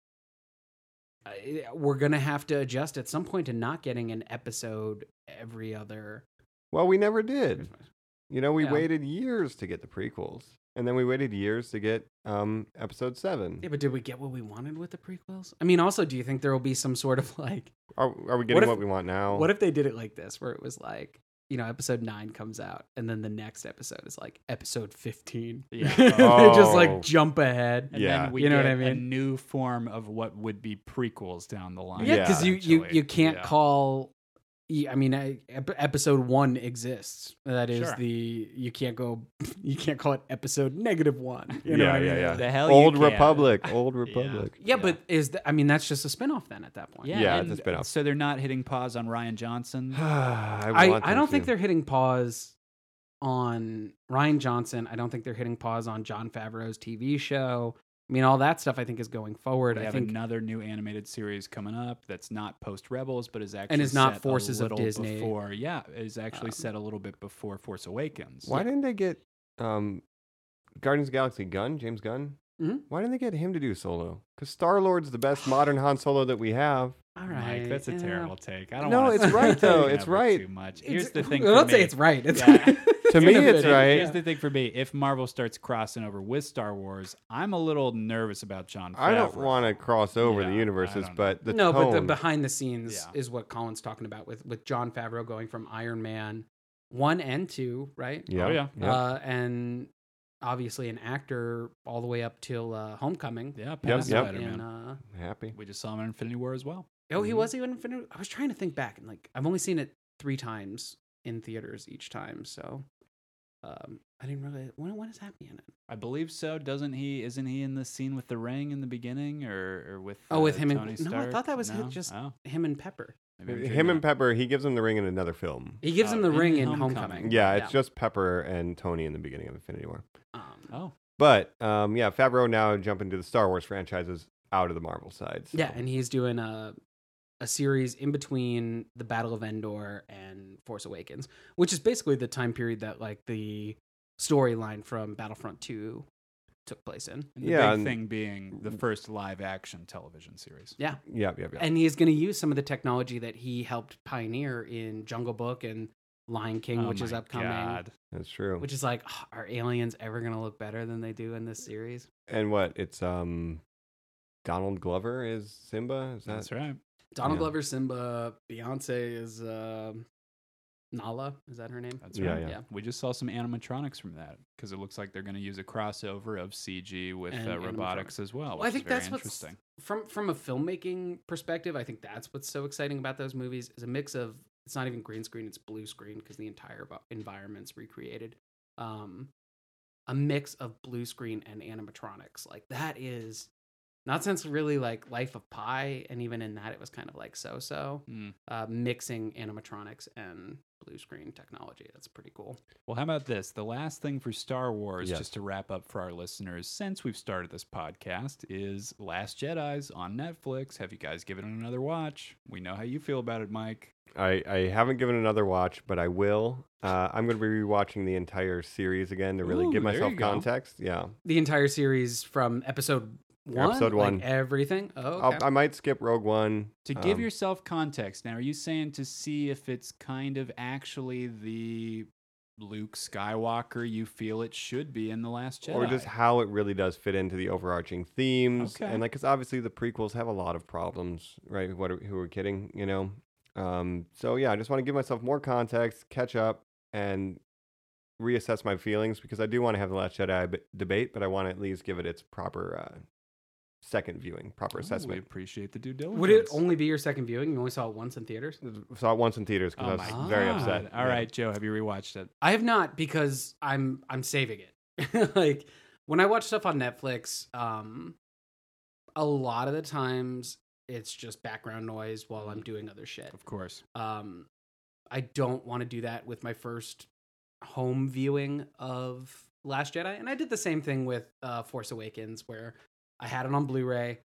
S7: I- we're gonna have to adjust at some point to not getting an episode every other.
S1: Well, we never did.
S7: Christmas.
S1: You know, we
S7: Yeah.
S1: waited years to get the prequels, and then we waited years to get um episode seven.
S7: Yeah, but did we get what we wanted with the prequels? I mean, also, do you think there will be some sort of like
S1: Are, are we getting
S7: What
S1: what,
S7: if-
S1: we want now?
S7: What if they did it like this, where it was like, you know, episode nine comes out, and then the next episode is like episode fifteen. (laughs)
S6: Yeah.
S7: they just
S1: Oh.
S7: like jump ahead.
S6: And
S1: Yeah.
S6: then we
S7: You know what
S6: get
S7: I
S6: a
S7: mean?
S6: new form of what would be prequels down the line.
S7: Yeah, because you you
S6: essentially.
S7: you can't
S6: Yeah.
S7: call. you- I mean, I- ep- episode one exists. That is
S6: Sure.
S7: the you can't go. (laughs) You can't call it episode negative one. You know
S1: Yeah,
S7: what I
S1: yeah,
S7: mean?
S1: yeah.
S6: the hell. you
S1: Old
S6: can.
S1: Republic.
S7: (laughs)
S1: Old Republic. (sighs)
S7: Yeah, but is th- I mean that's just a spinoff then at that point.
S1: Yeah, it's a
S6: and
S1: spin-off.
S6: So they're not hitting pause on
S1: (sighs)
S6: Ryan Johnson.
S1: I,
S7: I,
S1: want
S7: I
S1: them
S7: don't think
S1: to.
S7: they're hitting pause on Ryan Johnson. I don't think they're hitting pause on John Favreau's TV show. I mean, all that stuff I think is going forward.
S6: We
S7: I
S6: have
S7: think
S6: another new animated series coming up that's not post Rebels, but is actually
S7: is not
S6: set a
S7: Forces of
S6: little
S7: Disney.
S6: Before, yeah, is actually
S7: Um,
S6: set a little bit before Force Awakens.
S1: Uh, Why didn't they get um, Guardians of the Galaxy Gunn, James Gunn?
S7: Mhm.
S1: Why didn't they get him to do solo? Because Star Lord's the best modern Han Solo that we have.
S7: all
S6: Mike,
S7: right,
S6: that's a
S7: yeah.
S6: terrible take. I don't.
S1: No,
S6: wanna
S1: it's
S6: (laughs) start
S1: right, though.
S6: thinking
S1: It's
S6: of it
S1: right.
S6: Too much.
S7: It's-
S6: Here's
S1: (laughs)
S6: the
S7: (laughs)
S6: thing.
S7: I
S6: for
S7: don't
S6: me.
S7: say it's right. (laughs) It's (laughs)
S6: (laughs) Yeah.
S1: To me, it's
S6: Here's-
S1: right.
S6: Here's the thing for me: if Marvel starts crossing over with Star Wars, I'm a little nervous about John.
S1: I don't
S6: Favreau.
S1: want to cross over the
S6: Yeah, I
S1: universes,
S6: don't know.
S1: but the
S7: no, but the
S1: tone-
S7: behind the scenes
S6: Yeah.
S7: is what Colin's talking about with with John Favreau going from Iron Man one and two, right?
S1: yeah,
S6: Oh, yeah.
S1: yeah.
S7: Uh, and obviously an actor all the way up till uh, Homecoming.
S6: Yeah, past
S1: yep.
S6: Spider-Man.
S7: And, uh,
S1: happy.
S6: we just saw him in Infinity War as well.
S7: Oh, he
S6: Mm-hmm.
S7: was even Infinity. I was trying to think back, and like I've only seen it three times in theaters each time, so um, I didn't really. When when is Happy in it?
S6: I believe so. Doesn't he? Isn't he in the scene with the ring in the beginning, or, or with uh,
S7: Oh, with him and-
S6: Tony
S7: no, I
S6: Stark?
S7: thought that was him-
S6: No?
S7: just-
S6: Oh,
S7: Him and Pepper.
S6: maybe I'm
S1: Him
S6: dreaming
S1: and
S6: it.
S1: Pepper, he gives him the ring in another film.
S7: He gives
S6: Oh,
S7: him the
S6: in
S7: ring in Homecoming.
S6: Homecoming.
S1: Yeah, it's just Pepper and Tony in the beginning of Infinity War.
S7: Um,
S6: Oh,
S1: But um, yeah, Favreau now jumping to the Star Wars franchises out of the Marvel side. so-
S7: yeah, and he's doing a a series in between the Battle of Endor and Force Awakens, which is basically the time period that like the storyline from Battlefront Two took place in.
S6: and the
S1: Yeah,
S6: big
S1: and- Mm.
S6: thing being the first live action television series.
S7: Yeah.
S1: Yep, yep, yep.
S7: and he's going to use some of the technology that he helped pioneer in Jungle Book and Lion King,
S6: Oh
S7: which is
S6: my
S7: upcoming.
S6: God.
S1: That's true.
S7: Which is like, "Ugh, are aliens ever going to look better than they do in this series?
S1: and what? It's um, Donald Glover is Simba. Is that
S6: That's right.
S7: Donald
S1: Yeah.
S7: Glover, Simba, Beyonce is um Nala. Is that her name?
S6: That's
S1: Yeah,
S6: right.
S1: yeah.
S6: We just saw some animatronics from that because it looks like they're going to use a crossover of CG with
S7: And
S6: uh, robotics
S7: animatronics.
S6: as well.
S7: Well,
S6: which
S7: I
S6: is
S7: think
S6: very
S7: that's what's
S6: interesting.
S7: from from a filmmaking perspective. I think that's what's so exciting about those movies is a mix of it's not even green screen; it's blue screen because the entire vo- environment's recreated. Um, a mix of blue screen and animatronics like that is Not since really like Life of Pi, and even in that, it was kind of like so-so,
S6: Mm.
S7: uh, mixing animatronics and blue screen technology. That's pretty cool.
S6: Well, how about this? The last thing for Star Wars,
S1: Yes.
S6: just to wrap up for our listeners, since we've started this podcast, is Last Jedi's on Netflix. Have you guys given it another watch? We know how you feel about it, Mike.
S1: I, I haven't given it another watch, but I will. Uh, I'm going to be rewatching the entire series again to really
S6: Ooh,
S1: give
S6: there
S1: myself
S6: you go.
S1: context. Yeah,
S7: The entire series from episode one,
S1: Episode
S7: like,
S1: one.
S7: everything. Oh, okay.
S1: I'll, I might skip Rogue One
S6: To give
S1: um,
S6: yourself context, now, are you saying to see if it's kind of actually the Luke Skywalker you feel it should be in The Last Jedi?
S1: or just how it really does fit into the overarching themes
S6: Okay.
S1: and like because obviously the prequels have a lot of problems right what are, who are kidding you know um so yeah i just want to give myself more context catch up and reassess my feelings because i do want to have the last jedi b- debate but i want to at least give it its proper uh second viewing proper
S6: Ooh, we
S1: assessment
S6: appreciate the due diligence.
S7: Would it only be your second viewing? You only saw it once in theaters.
S1: saw it once in theaters because
S6: Oh
S1: i
S6: my
S1: was very
S6: God.
S1: upset
S6: All
S1: Yeah.
S6: right, Joe, have you rewatched it?
S7: I have not because I'm I'm saving it. (laughs) like when I watch stuff on Netflix, um a lot of the times it's just background noise while I'm doing other shit.
S6: Of course.
S7: Um I don't want to do that with my first home viewing of Last Jedi. And I did the same thing with uh Force Awakens where I had it on Blu-ray,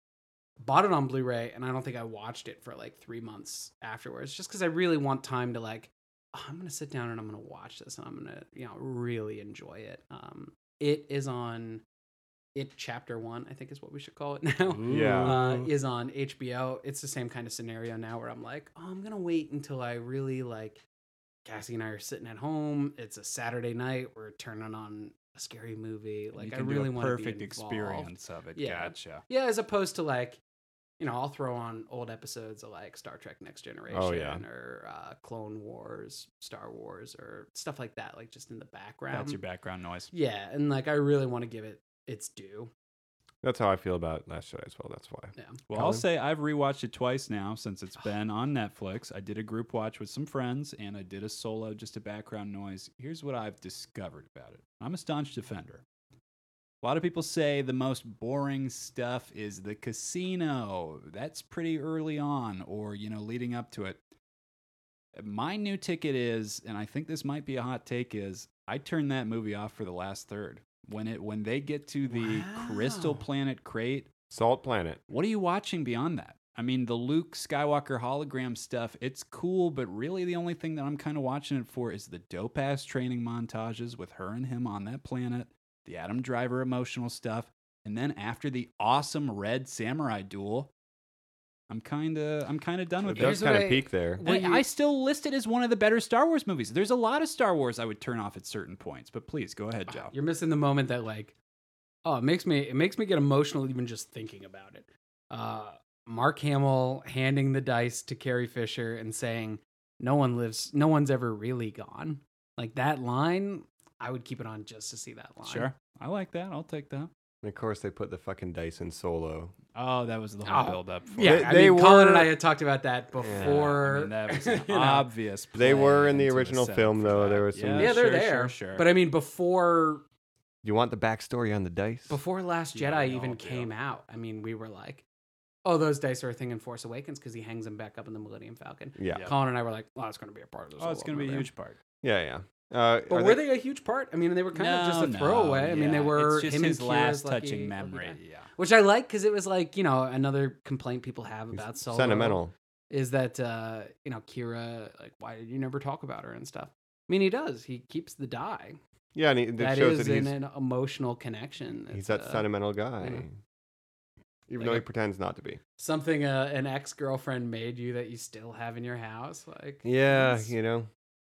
S7: bought it on Blu-ray, and I don't think I watched it for like 3 months afterwards just cuz I really want time to like "Oh, I'm gonna sit down and I'm gonna watch this and I'm gonna you know really enjoy it. Um, it is on it chapter one, I think is what we should call it (laughs) now.
S1: Yeah.
S7: Uh,
S6: Mm-hmm.
S7: is on HBO. It's the same kind of scenario now where I'm like, oh, I'm gonna wait until I really like. Cassie and I are sitting at home. It's a Saturday night. We're turning on a scary movie. Like
S6: you
S7: I
S6: can do
S7: really
S6: a
S7: want
S6: perfect
S7: to be involved.
S6: experience of it.
S7: Yeah.
S6: Gotcha.
S7: Yeah, as opposed to like, you know, I'll throw on old episodes of like Star Trek Next
S6: Oh,
S7: Generation
S1: yeah.
S7: or uh, Clone Wars, Star Wars, or stuff like that, like just in the background.
S6: That's your background noise.
S7: Yeah, and like I really want to give it its due.
S1: that's how i feel about last jedi as well that's why
S7: Yeah.
S6: Well, I'll say I've rewatched it twice now since it's been on Netflix. I did a group watch with some friends and I did a solo, just a background noise. Here's what I've discovered about it I'm a staunch defender. A lot of people say the most boring stuff is the casino. That's pretty early on or, you know, leading up to it. My new ticket is, and I think this might be a hot take, is I turned that movie off for the last third. When it when they get to the crystal planet crate
S1: salt planet
S6: what are you watching beyond that? I mean, the Luke Skywalker hologram stuff, it's cool, but really the only thing that I'm kind of watching it for is the dope ass training montages with her and him on that planet, the Adam Driver emotional stuff, and then after the awesome red samurai duel, I'm kind of I'm kind of done
S1: it
S6: with
S1: does
S6: it.
S7: Here's what
S1: kind of
S7: I-
S1: peak there
S7: what
S6: And
S7: you-
S6: I still list it as one of the better Star Wars movies. There's a lot of Star Wars I would turn off at certain points, but please go ahead, Joe.
S7: You're missing the moment that like, oh, it makes me it makes me get emotional even just thinking about it. Uh, Mark Hamill handing the dice to Carrie Fisher and saying, "No one lives. No one's ever really gone." Like that line, I would keep it on just to see that line.
S6: Sure, I like that. I'll take that.
S1: and of course they put the fucking dice in solo
S6: Oh, that was the whole
S7: Oh,
S6: build up. For
S7: Yeah,
S1: They-
S7: I
S1: they
S7: mean, Colin and
S1: were-
S7: I had talked about that
S1: Yeah.
S7: before.
S6: I mean, that (laughs) was an
S7: (laughs) you know.
S6: obvious.
S1: They were
S6: play
S1: in the
S6: into
S1: original
S6: setup
S1: film,
S6: for
S1: though.
S6: that.
S1: There was some-
S7: yeah, they're
S6: sure, Sure,
S7: there.
S6: sure.
S7: But I mean, before
S1: you want the backstory on the dice
S7: before Last
S6: Yeah,
S7: Jedi
S6: we all
S7: even
S6: do.
S7: came out, I mean, we were like, "Oh, those dice are a thing in Force Awakens because he hangs them back up in the Millennium Falcon."
S1: yeah
S6: Yeah.
S7: Colin and I were like, "Oh, it's going to be a part of this."
S6: oh, it's
S7: whole
S6: going to be a
S7: movie."
S6: huge part.
S1: Yeah, yeah. Uh,
S7: But
S1: are
S7: were they, a huge part? I mean, they were kind of just a throwaway. I mean, they were
S6: it's just
S7: him and
S6: his
S7: Kira's
S6: last
S7: lucky-
S6: touching
S7: lucky
S6: memory.
S7: guy.
S6: yeah,
S7: Which I like because it was like you know another complaint people have about Solo
S1: sentimental?
S7: is that uh, you know Kira like why did you never talk about her and stuff. I mean, he does. He keeps the die.
S1: Yeah, and he, it
S7: that
S1: shows
S7: is
S1: that he's,
S7: an, an emotional connection.
S1: he's
S7: It's,
S1: that
S7: uh,
S1: sentimental guy,
S6: mm-hmm.
S7: yeah.
S1: even
S7: Like
S1: though he
S7: a-
S1: pretends not to be.
S7: something uh, an ex girlfriend made you that you still have in your house. Like
S1: Yeah,
S7: it's,
S1: you know,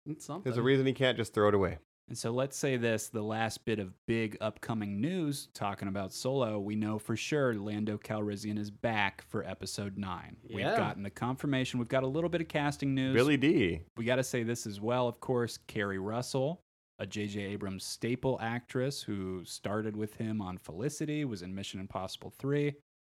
S7: it's something.
S1: there's a reason he can't just throw it away.
S6: And so let's say this the last bit of big upcoming news talking about Solo, we know for sure Lando Calrissian is back for episode 9. We've
S7: Yeah.
S6: gotten the confirmation. We've got a little bit of casting news.
S1: Billy D.
S6: We got to say this as well, of course, Carrie Russell, a J.J. Abrams staple actress who started with him on Felicity, was in Mission Impossible 3,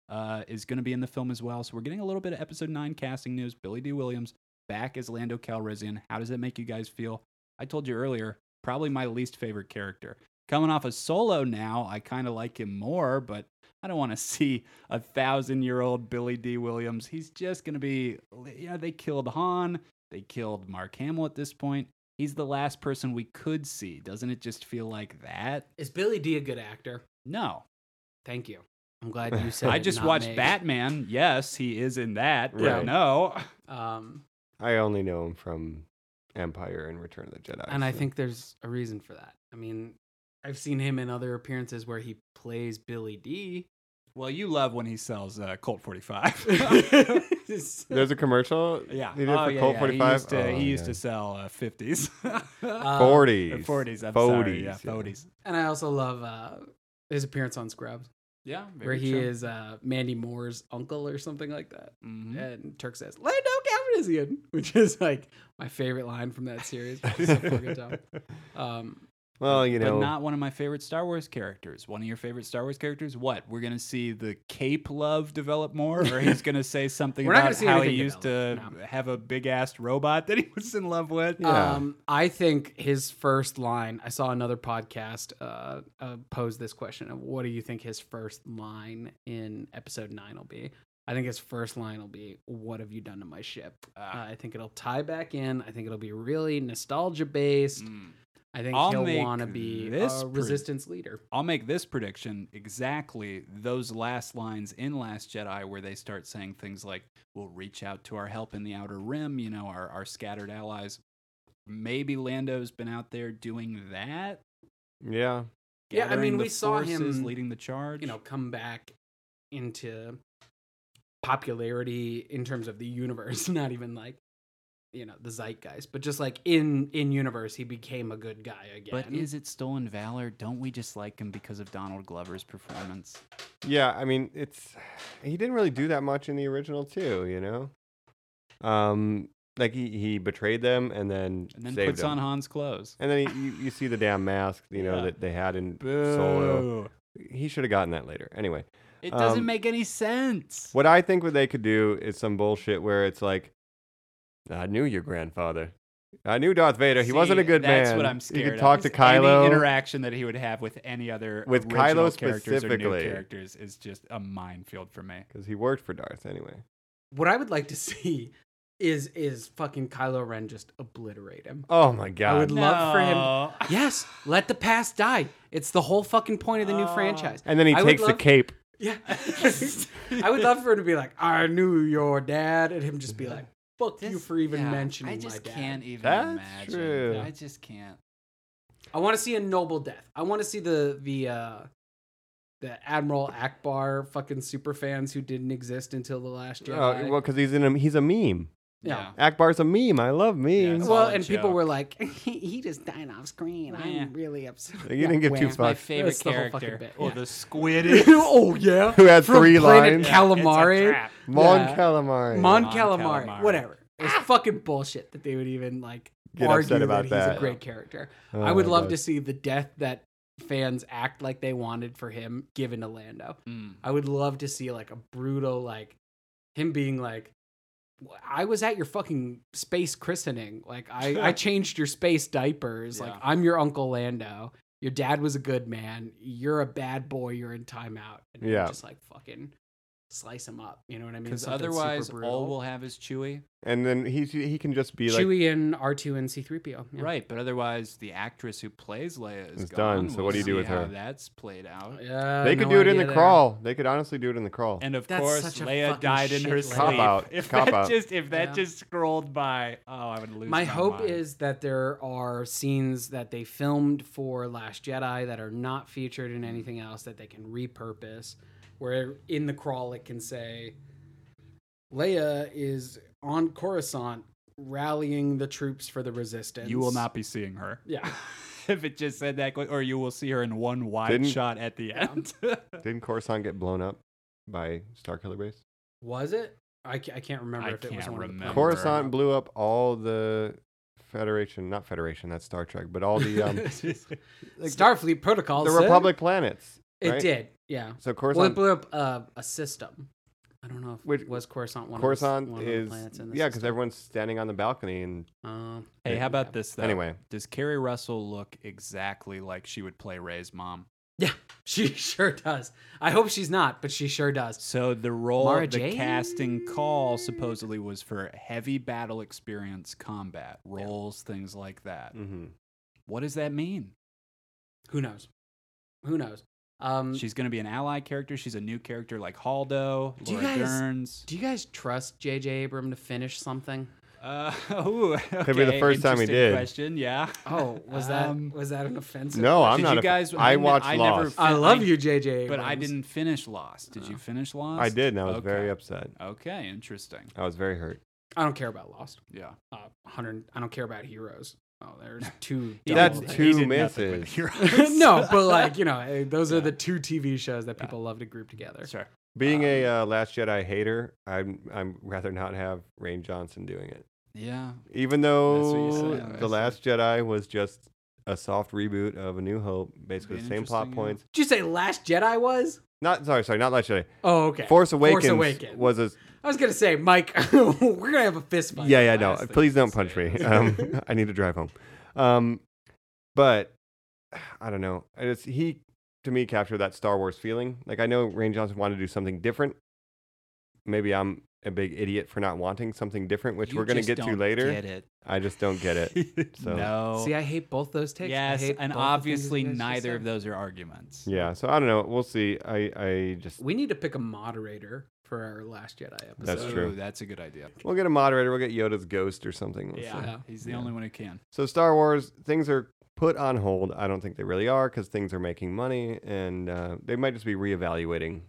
S6: uh, is going to be in the film as well. So we're getting a little bit of episode 9 casting news. Billy D. Williams back as Lando Calrissian. How does that make you guys feel? I told you earlier, probably my least favorite character. Coming off a solo now, I kind of like him more, but I don't want to (laughs) see a thousand year old Billy D. Williams. He's just going to be, you know, they killed Han, they killed Mark Hamill at this point. He's the last person we could see. Doesn't it just feel like that?
S7: Is Billy D a good actor?
S6: No.
S7: Thank you. I'm glad
S1: (laughs)
S7: you said.
S6: I
S7: it,
S6: just
S7: not
S6: watched
S7: me.
S6: Batman. Yes, he is in that. But
S1: Right.
S6: no.
S7: Um,
S1: I only know him from Empire and Return of the Jedi.
S7: and I
S1: so-
S7: think there's a reason for that. I mean, I've seen him in other appearances where he plays Billy (laughs) D.
S6: (laughs) Well, you love when he sells uh, Colt (laughs) 45.
S7: um,
S1: there's a commercial.
S6: yeah.
S1: He did
S6: oh,
S1: for
S6: yeah,
S1: Colt
S6: yeah.
S1: 45.
S6: He used to,
S1: Oh,
S6: he used
S1: yeah.
S6: to sell uh, (laughs) 50s.
S1: Forties.
S6: 40s. Uh, I'm sorry. Yeah, 40s.
S7: and I also love uh, his appearance on Scrubs,
S6: Yeah.
S7: where he is uh, Mandy Moore's uncle or something like that.
S6: Mhm.
S7: And Turk says, "Lando Calrissian," (laughs) which is like my favorite line from that series. It's so fucking dumb. Um,
S1: Well, you know,
S6: but not one of my favorite Star Wars characters. One of your favorite Star Wars characters? What? We're gonna see the cape love develop more, or he's gonna
S7: (laughs)
S6: say something
S7: We're not
S6: about
S7: gonna see
S6: how he
S7: anything
S6: used to
S7: develop,
S6: have a big assed robot that he (laughs) was in love with. Uh,
S7: Um, I think his first line. I saw another podcast uh, uh, pose this question of what do you think his first line in episode nine will be? I think his first line will be "What have you done to my ship?" Uh, I think it'll tie back in. I think it'll be really nostalgia based. I think
S6: Mm. I'll
S7: he'll
S6: make
S7: want to be
S6: this
S7: a
S6: pre-
S7: resistance leader.
S6: I'll make this prediction exactly those last lines in Last Jedi where they start saying things like, We'll reach out to our help in the outer rim, you know, our, our scattered allies. Maybe Lando's been out there doing that.
S1: yeah.
S7: Yeah, I
S6: gathering
S7: mean,
S6: the
S7: we saw
S6: forces,
S7: him,
S6: leading the charge.
S7: You know, come back into popularity in terms of the universe, (laughs) not even like you know the zeitgeist, but just like in in universe, he became a good guy again.
S6: But is it stolen valor? Don't we just like him because of Donald Glover's performance?
S1: Yeah, I mean, it's he didn't really do that much in the original too, you know. Um, like he, he betrayed them and then
S6: And then
S1: saved
S6: puts
S1: them.
S6: on Han's clothes.
S1: and then he, you, you see the damn mask, you know,
S6: Yeah.
S1: that they had in Solo.
S6: Boo.
S1: He should have gotten that later. Anyway,
S6: It doesn't
S1: Um,
S6: make any sense.
S1: what I think what they could do is some bullshit where it's like, I knew your grandfather. I knew Darth Vader. he wasn't a
S6: See,
S1: good
S6: that's
S1: man.
S6: what I'm scared
S1: He could
S6: of.
S1: talk to
S6: is Any
S1: Kylo.
S6: interaction that he would have with any other
S1: With
S6: original
S1: Kylo
S6: characters or new
S1: specifically.
S6: characters is just a minefield for me.
S1: Because he worked for Darth anyway.
S7: what I would like to (laughs) see is is fucking Kylo Ren just
S6: (laughs)
S7: obliterate him.
S1: Oh my God.
S7: would love for
S6: him.
S7: (laughs) Yes, let the past die. It's the whole fucking point of the
S6: Oh.
S7: new franchise.
S1: and then he
S7: I would
S1: takes the
S7: love-
S1: cape.
S7: Yeah. (laughs) I would love for her to be like, I knew your dad, and him just be like, fuck you for even mentioning
S6: I just
S7: my dad.
S6: can't even
S1: That's
S6: imagine.
S1: true.
S6: I just can't.
S7: I want to see a noble death. I want to see the the uh the Admiral Akbar fucking super fans who didn't exist until the last Jedi.
S1: Oh, well, because he's in a, he's a meme.
S7: Yeah.
S1: Akbar's a meme. I love memes.
S6: it's
S7: Well,
S6: solid
S7: and people
S6: joke.
S7: were like, (laughs) he just died off screen.
S6: Yeah.
S7: I'm really upset.
S1: you didn't give two
S7: wham.
S6: My
S1: fucks.
S6: favorite
S7: That's the whole fucking
S6: character.
S7: bit,
S6: Or
S7: yeah.
S6: Oh, the
S7: (laughs)
S6: squid is
S7: oh
S1: (laughs)
S7: yeah,
S1: Who had
S7: From
S1: three
S7: Planet
S1: lines?
S7: Calamari,
S6: trap.
S1: Mon
S7: Yeah.
S1: Calamari.
S7: Mon
S6: Mon Calamari.
S7: Calamari,
S6: Ah!
S7: whatever. It's fucking bullshit that they would even like
S1: Get
S7: argue
S1: upset about
S7: that, he's
S1: that.
S7: a great character.
S1: Oh
S7: I would
S1: my
S7: love
S1: God.
S7: to see the death that fans act like they wanted for him given to Lando.
S6: Mm.
S7: I would love to see like a brutal like him being like I was at your fucking space christening. Like
S1: (laughs)
S7: I I changed your space diapers. Like
S6: Yeah.
S7: I'm your uncle Lando. Your dad was a good man. You're a bad boy. You're in timeout. And
S1: Yeah.
S7: just like fucking slice him up. You know what I mean?
S6: Because
S7: Something super
S6: otherwise, all
S7: brutal.
S6: we'll have is Chewie.
S1: And then he he can just be like,
S7: Chewie and R2 and C3PO. yeah.
S6: Right, but otherwise, the actress who plays Leia is
S1: It's
S6: gone.
S1: done, so
S6: We'll
S1: what do you do
S6: see
S1: with
S6: how
S1: her?
S6: That's played out.
S7: Oh, Yeah,
S1: they
S7: uh, no
S1: could do it in
S7: idea
S1: the
S7: there.
S1: crawl. They could honestly do it in the crawl.
S6: And of
S7: That's
S6: course,
S7: such a
S6: Leia
S7: fucking
S6: died in her
S7: shit,
S6: sleep.
S7: Cop
S1: out,
S6: (laughs) If
S1: cop
S6: that
S1: out.
S6: just if that
S7: Yeah.
S6: just scrolled by, oh, I would lose.
S7: My hope
S6: mind.
S7: is that there are scenes that they filmed for Last Jedi that are not featured in anything else that they can repurpose. Where in the crawl it can say, Leia is on Coruscant rallying the troops for the resistance.
S6: you will not be seeing her. (laughs)
S7: Yeah.
S6: if it just said that, quick, or you will see her in one wide
S1: Didn't-
S6: shot at the end. (laughs)
S1: Didn't Coruscant get blown up by Star Killer Base?
S7: Was it? I, ca- I can't remember
S6: I
S7: if it was
S6: can't
S7: one of the
S6: remember.
S7: prequels.
S1: Coruscant blew up all the Federation, not Federation, that's Star Trek, but all the
S7: (laughs)
S1: um,
S7: Starfleet protocol.
S1: the
S7: said-
S1: Republic planets.
S7: It
S1: right?
S7: did. Yeah.
S1: So
S7: Well, it
S1: Coruscant,
S7: blew up uh, a system. I don't know if
S1: Which-
S7: it was Coruscant one.
S1: Coruscant
S7: of the, s- one of
S1: is
S7: the planets in the
S1: yeah, because
S7: system.
S1: everyone's standing on the balcony and
S7: Um,
S6: hey, how about this though?
S1: anyway,
S6: does Carrie Russell look exactly like she would play Ray's mom?
S7: (laughs) Yeah, she (laughs) sure does. I hope she's not, but she sure does.
S6: So the role
S7: Mara
S6: of the
S7: Jade?
S6: casting call supposedly was for heavy battle experience combat, roles, things like that.
S1: Mm-hmm.
S6: What does that mean?
S7: Who knows? Who knows? Um,
S6: She's going to be an ally character. She's a new character like Haldo,
S7: Do you
S6: Laura
S7: guys-
S6: Dern's.
S7: do you guys trust J.J. Abram to
S6: (laughs)
S7: finish something?
S6: Uh, ooh, okay,
S1: Could be the first time he
S6: interesting
S1: did.
S6: Question, yeah.
S7: Oh, was that
S6: Um,
S7: was that an offensive?
S1: No, I'm
S6: Did
S1: not.
S6: you
S1: a-
S6: guys-
S1: I
S6: I ne-
S1: watched
S6: I never
S1: Lost.
S6: fin-
S7: I love
S6: I-
S7: you, J.J.
S6: But I
S7: Abrams.
S6: didn't finish Lost. Did
S7: Oh.
S6: you finish Lost?
S1: I did, and I was very
S6: Okay.
S1: upset.
S6: Okay, interesting.
S1: I was very hurt.
S7: I don't care about Lost.
S6: Yeah.
S7: Uh, Hundred. I don't care about Heroes. Oh,
S6: (laughs)
S7: there's two.
S1: He That's
S7: double-
S1: did- two he did nothing with misses.
S7: (laughs) no,
S6: (laughs)
S7: but like you know, eh, those are the two TV shows that people love to group together.
S6: Sure.
S1: Being a
S6: Um,
S1: uh, Last Jedi hater, I'm I'm (laughs) rather not have Rain Johnson doing it.
S6: Yeah.
S1: Even
S6: That's what you said,
S1: though
S6: that's
S1: the
S6: what-
S1: Last Jedi was just a soft reboot of A New Hope, basically
S6: Be
S1: the same plot
S6: interesting, yeah.
S1: points.
S7: Did you say Last Jedi was?
S1: Not sorry, sorry, not Last Jedi.
S7: Oh, okay.
S1: Force Awakens,
S7: Awakens.
S1: was a
S7: I was gonna say, Mike, (laughs) we're gonna have a fist fight.
S1: yeah, yeah,
S7: Last
S1: no.
S7: thing
S1: Please
S7: to
S1: don't punch
S7: say.
S1: me.
S6: (laughs)
S1: Um, I need to drive home. Um, but I don't know. It's, he to me captured that Star Wars feeling. Like I know Rain Johnson wanted to do something different. Maybe I'm a big idiot for not wanting something different, which
S6: You
S1: we're gonna
S6: just
S1: get to
S6: don't
S1: later.
S6: Get it.
S1: I just don't get it.
S6: (laughs)
S1: So
S6: no.
S7: See, I hate both those takes. I
S6: yes,
S7: hate
S6: and
S7: both the things
S6: obviously
S7: you guys just
S6: neither
S7: said.
S6: of those are arguments.
S1: yeah, so I don't know. We'll see. I I just
S7: We need to pick a moderator for our Last Jedi episode.
S1: That's
S6: Ooh,
S1: true.
S6: That's a good idea.
S1: we'll get a moderator. We'll get Yoda's ghost or something. We'll see.
S6: Yeah, he's the only one who can.
S1: So Star Wars things are put on hold. I don't think they really are because things are making money, and uh, they might just be reevaluating.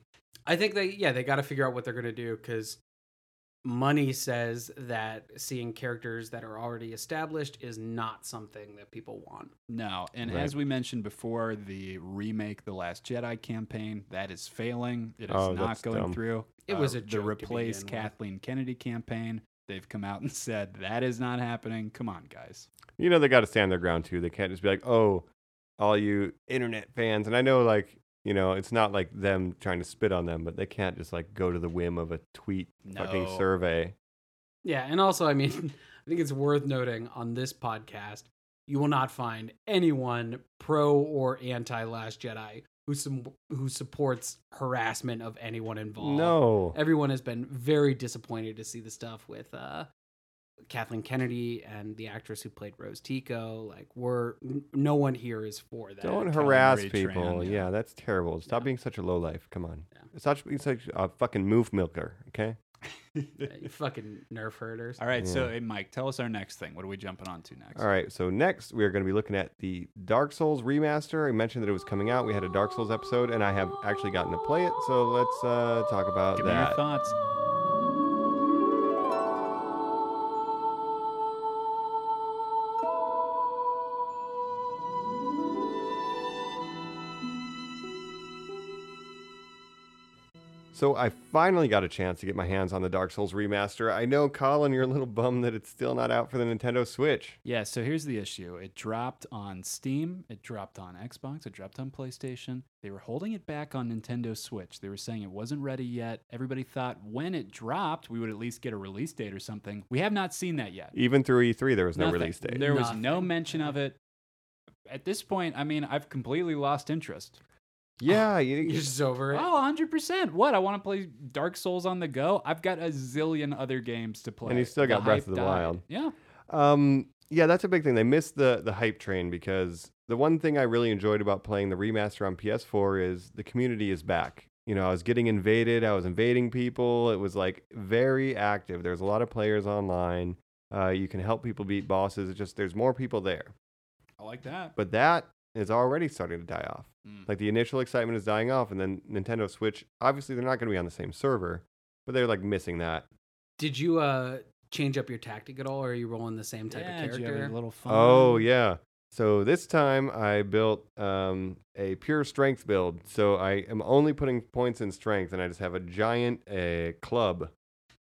S7: I think they yeah they got to figure out what they're gonna do because money says that seeing characters that are already established is not something that people want.
S6: No, and
S1: Right.
S6: as we mentioned before, the remake, the Last Jedi campaign, that is failing. It is
S1: Oh, that's
S6: not going
S1: dumb.
S6: through. Uh,
S7: It was a
S6: the
S7: joke to
S6: replace
S7: begin with.
S6: Kathleen Kennedy campaign. They've come out and said that is not happening. Come on,
S7: (laughs)
S6: guys.
S1: You know, they got to stand their ground too. They can't just be like, "Oh, all you internet fans." And I know, like, you know, it's not like them trying to spit on them, but they can't just like go to the whim of a tweet fucking
S6: No.
S1: survey.
S7: Yeah, and also I mean (laughs) I think it's worth noting on this podcast you will not find anyone pro or anti Last Jedi who some who supports harassment of anyone involved.
S1: No,
S7: everyone has been very disappointed to see the stuff with uh Kathleen Kennedy and the actress who played Rose Tico. Like, we're n- no one here is for that.
S1: don't harass
S6: Calvary
S1: people.
S6: Tran,
S1: yeah.
S6: yeah.
S1: that's terrible. Stop being such a low life. Come on, stop being such a fucking move milker. Okay.
S7: Uh, You fucking nerf herders.
S6: All right, so hey, Mike, tell us our next thing. What are we jumping on to next?
S1: All right, so next we are going to be looking at the Dark Souls remaster. I mentioned that it was coming out. We had a Dark Souls episode, and I have actually gotten to play it. So let's uh, talk about
S6: Give me your
S1: that.
S6: thoughts.
S1: So I finally got a chance to get my hands on the Dark Souls remaster. I know, Colin, you're a little bummed that it's still not out for the Nintendo Switch.
S6: Yeah, so here's the issue. It dropped on Steam, it dropped on Xbox, it dropped on PlayStation. They were holding it back on Nintendo Switch. They were saying it wasn't ready yet. Everybody thought when it dropped, we would at least get a release date or something. We have not seen that yet.
S1: Even through E3, there was no
S6: Nothing.
S1: release date.
S6: There was no mention of it. At this point, I mean, I've completely lost interest.
S1: Yeah,
S6: (laughs)
S1: you,
S7: You're just over it.
S6: Oh, 100%. What? I want to play Dark Souls on the go. I've got a zillion other games to play.
S1: you still
S6: The
S1: got Breath of
S6: hype
S1: the
S6: died.
S1: Wild.
S6: Yeah.
S1: Um, yeah, that's a big thing. They missed the the hype train because the one thing I really enjoyed about playing the remaster on PS4 is the community is back. You know, I was getting invaded. I was invading people. It was like very active. There's a lot of players online. Uh, you can help people beat bosses. It's just there's more people there.
S6: I like that.
S1: But that is already starting to die off.
S6: Mm.
S1: Like the initial excitement is dying off, and then Nintendo Switch. Obviously, they're not going to be on the same server, but they're like missing that.
S7: Did you uh change up your tactic at all, or are you rolling the same type
S6: yeah,
S7: of
S6: did you have
S7: character?
S6: a little fun?
S1: Oh yeah. So this time I built um, a pure strength build. So I am only putting points in strength, and I just have a giant uh, club.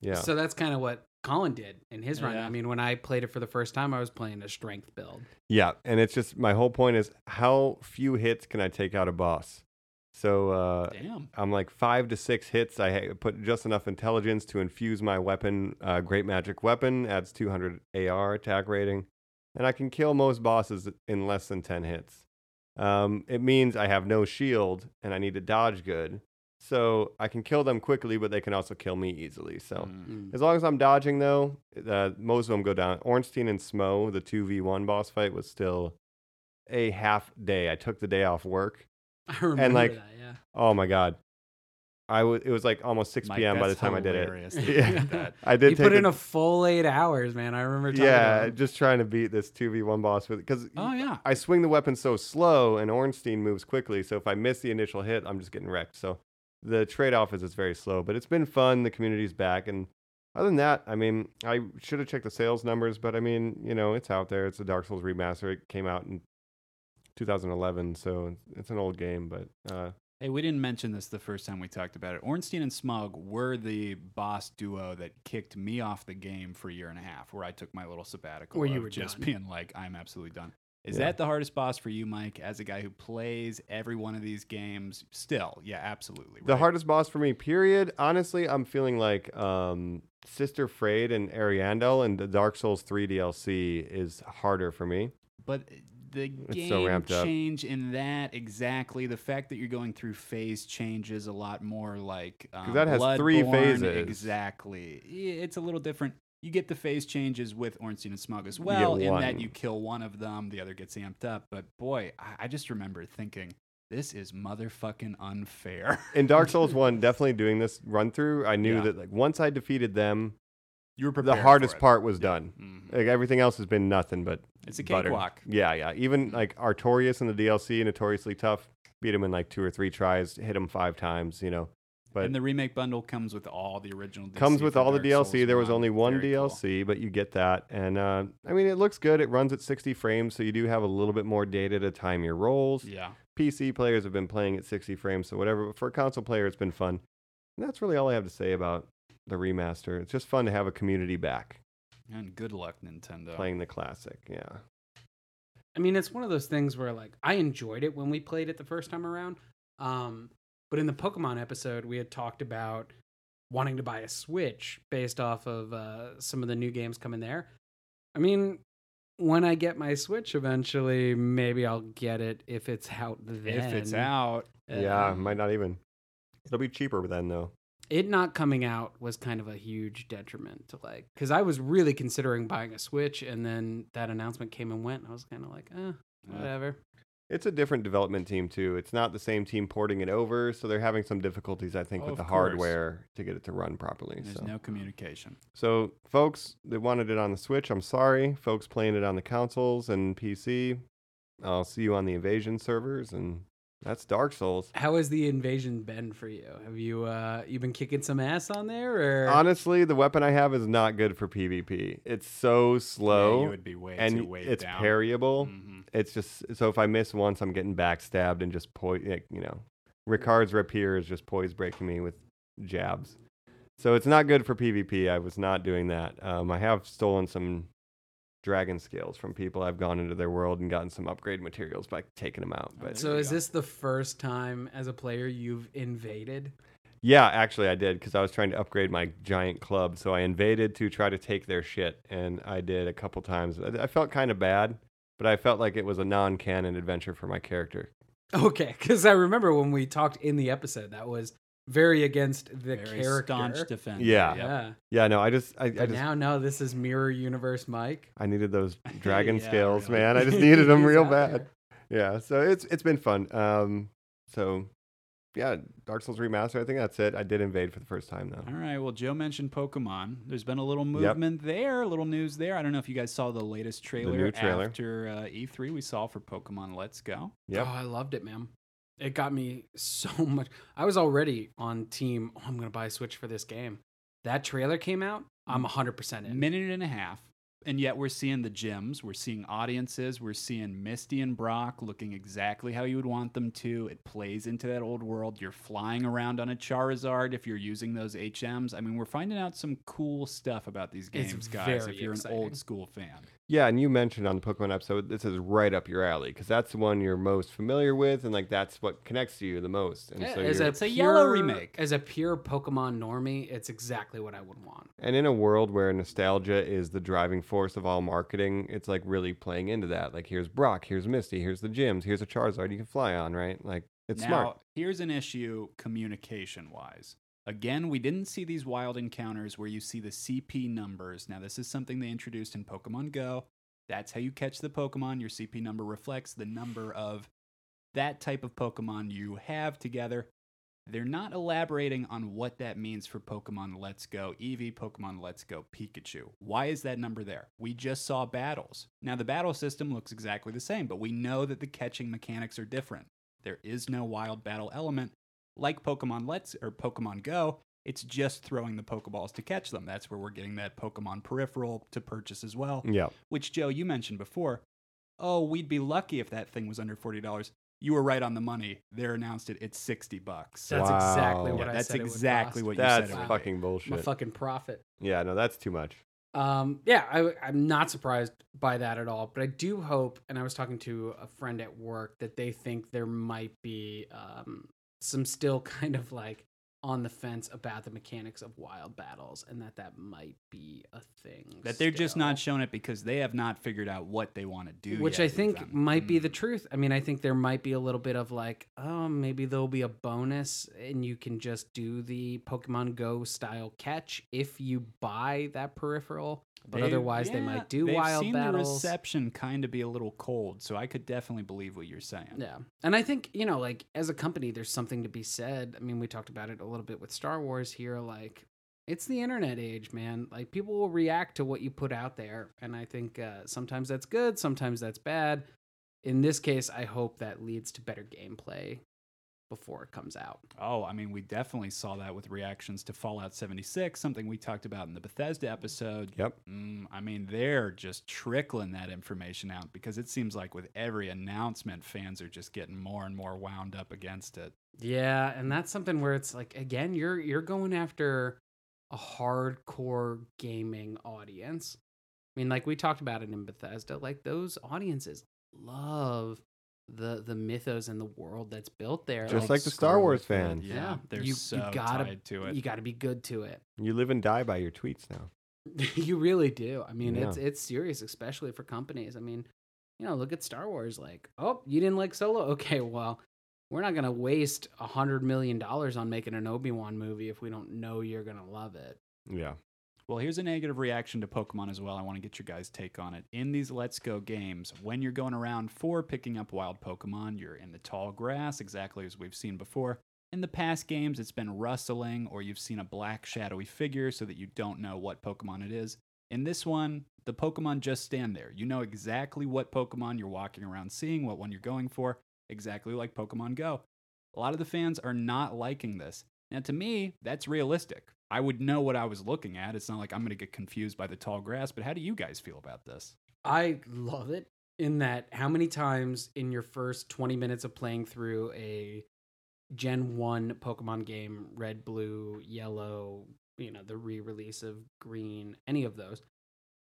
S1: Yeah.
S7: So that's kind of what Colin did in his run.
S6: Yeah.
S7: I mean, when I played it for the first time, I was playing a strength build. (laughs)
S1: yeah. And it's just my whole point is how few hits can I take out a boss? So uh,
S6: Damn.
S1: I'm like five to six hits. I ha- put just enough intelligence to infuse my weapon. Uh, great magic weapon adds 200 AR attack rating, and I can kill most bosses in less than 10 hits. Um, it means I have no shield and I need to dodge good. So I can kill them quickly, but they can also kill me easily. So as long as I'm dodging, though, uh, most of them go down. Ornstein and Smo, the 2v1 boss fight, was still a half day. I took the day off work.
S7: I remember
S1: like,
S7: that.
S1: (laughs)
S7: Yeah.
S1: Oh my God. I was, it was like almost 6
S6: Mike,
S1: p.m. by the
S6: that's
S1: time I did (laughs)
S6: hilarious that
S1: it.
S6: you
S1: Yeah.
S6: did that.
S1: I did
S7: He
S1: take
S7: put
S1: the-
S7: in a full eight hours, man. I remember. Talking
S1: yeah,
S7: About it.
S1: just trying to beat this 2v1 boss with because
S6: Oh yeah.
S1: I swing the weapon so slow and Ornstein moves quickly. So if I miss the initial hit, I'm just getting wrecked. So the trade off is it's very slow, but it's been fun. The community's back. And other than that, I mean, I should have checked the sales numbers, but I mean, you know, it's out there. It's a Dark Souls remaster. It came out in 2011. So it's an old game, but uh,
S6: Hey, we didn't mention this the first time we talked about it. Ornstein and Smug were the boss duo that kicked me off the game for a year and a half, where I took my little sabbatical.
S7: Where you
S6: of
S7: were
S6: just
S7: done.
S6: being like, I'm absolutely done. Is
S1: Yeah.
S6: that the hardest boss for you, Mike, as a guy who plays every one of these games? Still, yeah, absolutely.
S1: the
S6: right?
S1: hardest boss for me, period. Honestly, I'm feeling like um, Sister Frayed and Ariandel and the Dark Souls 3 DLC is harder for me.
S6: But the
S1: It's
S6: game
S1: so ramped up.
S6: change in that exactly the fact that you're going through phase changes a lot more like um,
S1: that has three
S6: Bloodborne,
S1: phases.
S6: exactly. Yeah, It's a little different. You get the phase changes with Ornstein and Smug as
S1: You get
S6: well, in
S1: one.
S6: that you kill one of them, the other gets amped up. But boy, I, I just remember thinking, this is motherfucking
S1: (laughs)
S6: unfair.
S1: in Dark Souls
S6: (laughs)
S1: One, definitely doing this run through, I knew
S6: Yeah.
S1: that like once I defeated them,
S6: you were
S1: the
S6: prepared.
S1: hardest
S6: for it.
S1: part was done.
S6: Mhm.
S1: Like everything else has been nothing but
S6: It's a
S1: butter.
S6: cakewalk.
S1: Yeah, yeah. Even like Artorias in the DLC, notoriously tough. Beat him in like two or three tries. Hit him five times. You know, but
S6: and the remake bundle comes with all the original. DLC
S1: comes with
S6: for
S1: all the
S6: Dark Souls
S1: DLC. There was
S6: 1.
S1: only one
S6: Very cool.
S1: DLC, but you get that. And uh, I mean, it looks good. It runs at 60 frames, so you do have a little bit more data to time your rolls.
S6: Yeah.
S1: PC players have been playing at 60 frames, so whatever. But for a console player, it's been fun. And that's really all I have to say about the remaster. It's just fun to have a community back
S6: And good luck, Nintendo.
S1: playing the classic. Yeah.
S7: I mean, it's one of those things where like I enjoyed it when we played it the first time around. Um, but in the Pokemon episode, we had talked about wanting to buy a Switch based off of uh, some of the new games coming there. I mean, when I get my Switch eventually, maybe I'll get it if it's out then.
S6: if it's out,
S1: yeah,
S7: Um,
S1: might not even. It'll be cheaper then, though.
S7: it not coming out was kind of a huge detriment to like because I was really considering buying a Switch, and then that announcement came and went. And I was kind of like, eh, whatever.
S1: It's a different development team, too. It's not the same team porting it over, so they're having some difficulties, I think,
S6: Of
S1: with the
S6: course.
S1: hardware to get it to run properly.
S6: there's
S1: So.
S6: no communication.
S1: so, folks that wanted it on the Switch, I'm sorry. Folks playing it on the consoles and PC, I'll see you on the invasion servers, and that's Dark Souls.
S7: How has the invasion been for you? Have you uh you been kicking some ass on there or
S1: Honestly, the weapon I have is not good for PvP. It's so slow.
S6: you would be way
S1: and
S6: too weighed
S1: it's
S6: down. Mm-hmm.
S1: parryable. It's just so if I miss once, I'm getting backstabbed and just poi- like, you know, Ricard's rapier is just poise breaking me with jabs. So it's not good for PvP. I was not doing that. Um, I have stolen some dragon scales from people. I've gone into their world and gotten some upgrade materials by taking them out. But
S7: so is this the first time as a player you've invaded? (laughs)
S1: Yeah, actually, I did because I was trying to upgrade my giant club. So I invaded to try to take their shit, and I did a couple times. I I felt kind of bad, but I felt like it was a non-canon adventure for my character.
S7: Okay, cuz I remember when we talked in the episode that was very against the
S6: Very
S7: character.
S6: staunch defender.
S1: Yeah.
S7: Yeah.
S1: Yeah, no, I just, I, I
S7: But
S1: just,
S7: now no, this is mirror universe Mike.
S1: I needed
S7: (laughs)
S1: those dragon
S6: Yeah,
S1: scales,
S6: really.
S1: man. I just needed them
S7: He's
S1: real
S7: out
S1: bad.
S7: there.
S1: Yeah, so it's it's been fun. Um, so yeah, Dark Souls Remaster. I think that's it. I did invade for the first time though.
S6: All right. Well, Joe mentioned Pokemon. There's been a little movement there, a little news there. I don't know if you guys saw the latest trailer,
S1: new trailer.
S6: after uh, E3 we saw for Pokemon Let's Go.
S1: Yep.
S7: Oh, I loved it, man. It got me (laughs) so much. I was already on team, oh, I'm going to buy a Switch for this game. That trailer came out, I'm 100% in.
S6: Minute and a half. And yet we're seeing the gyms, we're seeing audiences, we're seeing Misty and Brock looking exactly how you would want them to. It plays into that old world. You're flying around on a Charizard if you're using those HMs. I mean, we're finding out some cool stuff about these
S7: It's
S6: games, guys,
S7: very
S6: if you're
S7: exciting.
S6: an old school fan.
S1: Yeah, and you mentioned on the Pokemon episode, this is right up your alley because that's the one you're most familiar with, and like that's what connects to you the most. And
S7: Yeah,
S1: so,
S7: Eh, as
S1: you're,
S7: a
S6: It's a yellow
S7: pure-
S6: remake.
S7: As a pure Pokemon normie, it's exactly what I would want.
S1: and in a world where nostalgia is the driving force of all marketing, it's like really playing into that. Like, here's Brock, here's Misty, here's the gyms, here's a Charizard you can fly on, right? Like, it's
S6: now,
S1: smart.
S6: here's an issue communication wise. Again, we didn't see these wild encounters where you see the CP numbers. Now, this is something they introduced in Pokemon Go. That's how you catch the Pokemon. Your CP number reflects the number of that type of Pokemon you have together. They're not elaborating on what that means for Pokemon Let's Go Eevee, Pokemon Let's Go Pikachu. Why is that number there? We just saw battles. Now, the battle system looks exactly the same, but we know that the catching mechanics are different. There is no wild battle element. Like Pokemon Let's or Pokemon Go, it's just throwing the Pokeballs to catch them. That's where we're getting that Pokemon peripheral to purchase as well
S1: Yeah.
S6: which Joe, you mentioned before. Oh, we'd be lucky if that thing was under forty dollars. You were right on the money. They're announced it. It's sixty bucks.
S7: That's
S1: Wow.
S7: exactly
S1: Yeah,
S7: what I
S6: that's
S7: said. it would
S6: exactly
S7: cost.
S6: what you said
S1: That's
S6: it would be.
S1: fucking
S7: I'm a
S1: bullshit.
S7: fucking profit.
S1: yeah, no, that's too much.
S7: Um, yeah, I, I'm not surprised by that at all. But I do hope, and I was talking to a friend at work, that they think there might be um, some still (laughs) kind of like on the fence about the mechanics of wild battles, and that that might be a thing.
S6: That they're just
S7: still.
S6: not showing it because they have not figured out what they want to do.
S7: which
S6: yet
S7: I
S6: with
S7: think
S6: them.
S7: might be
S6: Mm.
S7: the truth. I mean, I think there might be a little bit of like, oh, maybe there'll be a bonus and you can just do the Pokemon Go style catch if you buy that peripheral. But
S6: They-
S7: otherwise, they
S6: yeah,
S7: might do
S6: they've
S7: wild
S6: seen
S7: battles.
S6: The reception kind of be a little cold, so I could definitely believe what you're saying.
S7: yeah, and I think you know, like as a company, there's something to be said. I mean, we talked about it a little bit with Star Wars here, like. It's the internet age, man. Like people will react to what you put out there, and I think uh, sometimes that's good, sometimes that's bad. in this case, I hope that leads to better gameplay before it comes out.
S6: Oh, I mean, we definitely saw that with reactions to Fallout 76, something we talked about in the Bethesda episode.
S1: Yep.
S6: Mm, I mean, they're just trickling that information out because it seems like with every announcement, fans are just getting more and more wound up against it.
S7: Yeah, and that's something where it's like again, you're you're going after a hardcore gaming audience. I mean, like we talked about it in Bethesda, like those audiences love the the mythos and the world that's built there.
S1: Just like the Star
S6: screw
S1: Wars
S6: with it.
S1: fans.
S6: Yeah, they're so tied to it.
S7: You got to be good to it. (laughs)
S1: You live and die by your tweets now.
S7: you really do. I mean,
S1: Yeah.
S7: it's it's serious, especially for companies. I mean, you know, look at Star Wars. Like, oh, you didn't like Solo? (laughs) Okay, well, we're not gonna waste a hundred million dollars on making an Obi Wan movie if we don't know you're gonna love it.
S1: Yeah.
S6: Well, here's a negative reaction to Pokemon as well. I want to get your guys' take on it. In these Let's Go games, when you're going around for picking up wild Pokemon, you're in the tall grass, exactly as we've seen before. In the past games, it's been rustling, or you've seen a black shadowy figure so that you don't know what Pokemon it is. In this one, the Pokemon just stand there. You know exactly what Pokemon you're walking around seeing, what one you're going for, exactly like Pokemon Go. A lot of the fans are not liking this. Now, to me, that's realistic. I would know what I was looking at. It's not like I'm going to get confused by the tall grass, but how do you guys feel about this?
S7: I love it in that how many times in your first 20 minutes of playing through a Gen 1 Pokemon game, red, blue, yellow, you know, the re release of green, any of those,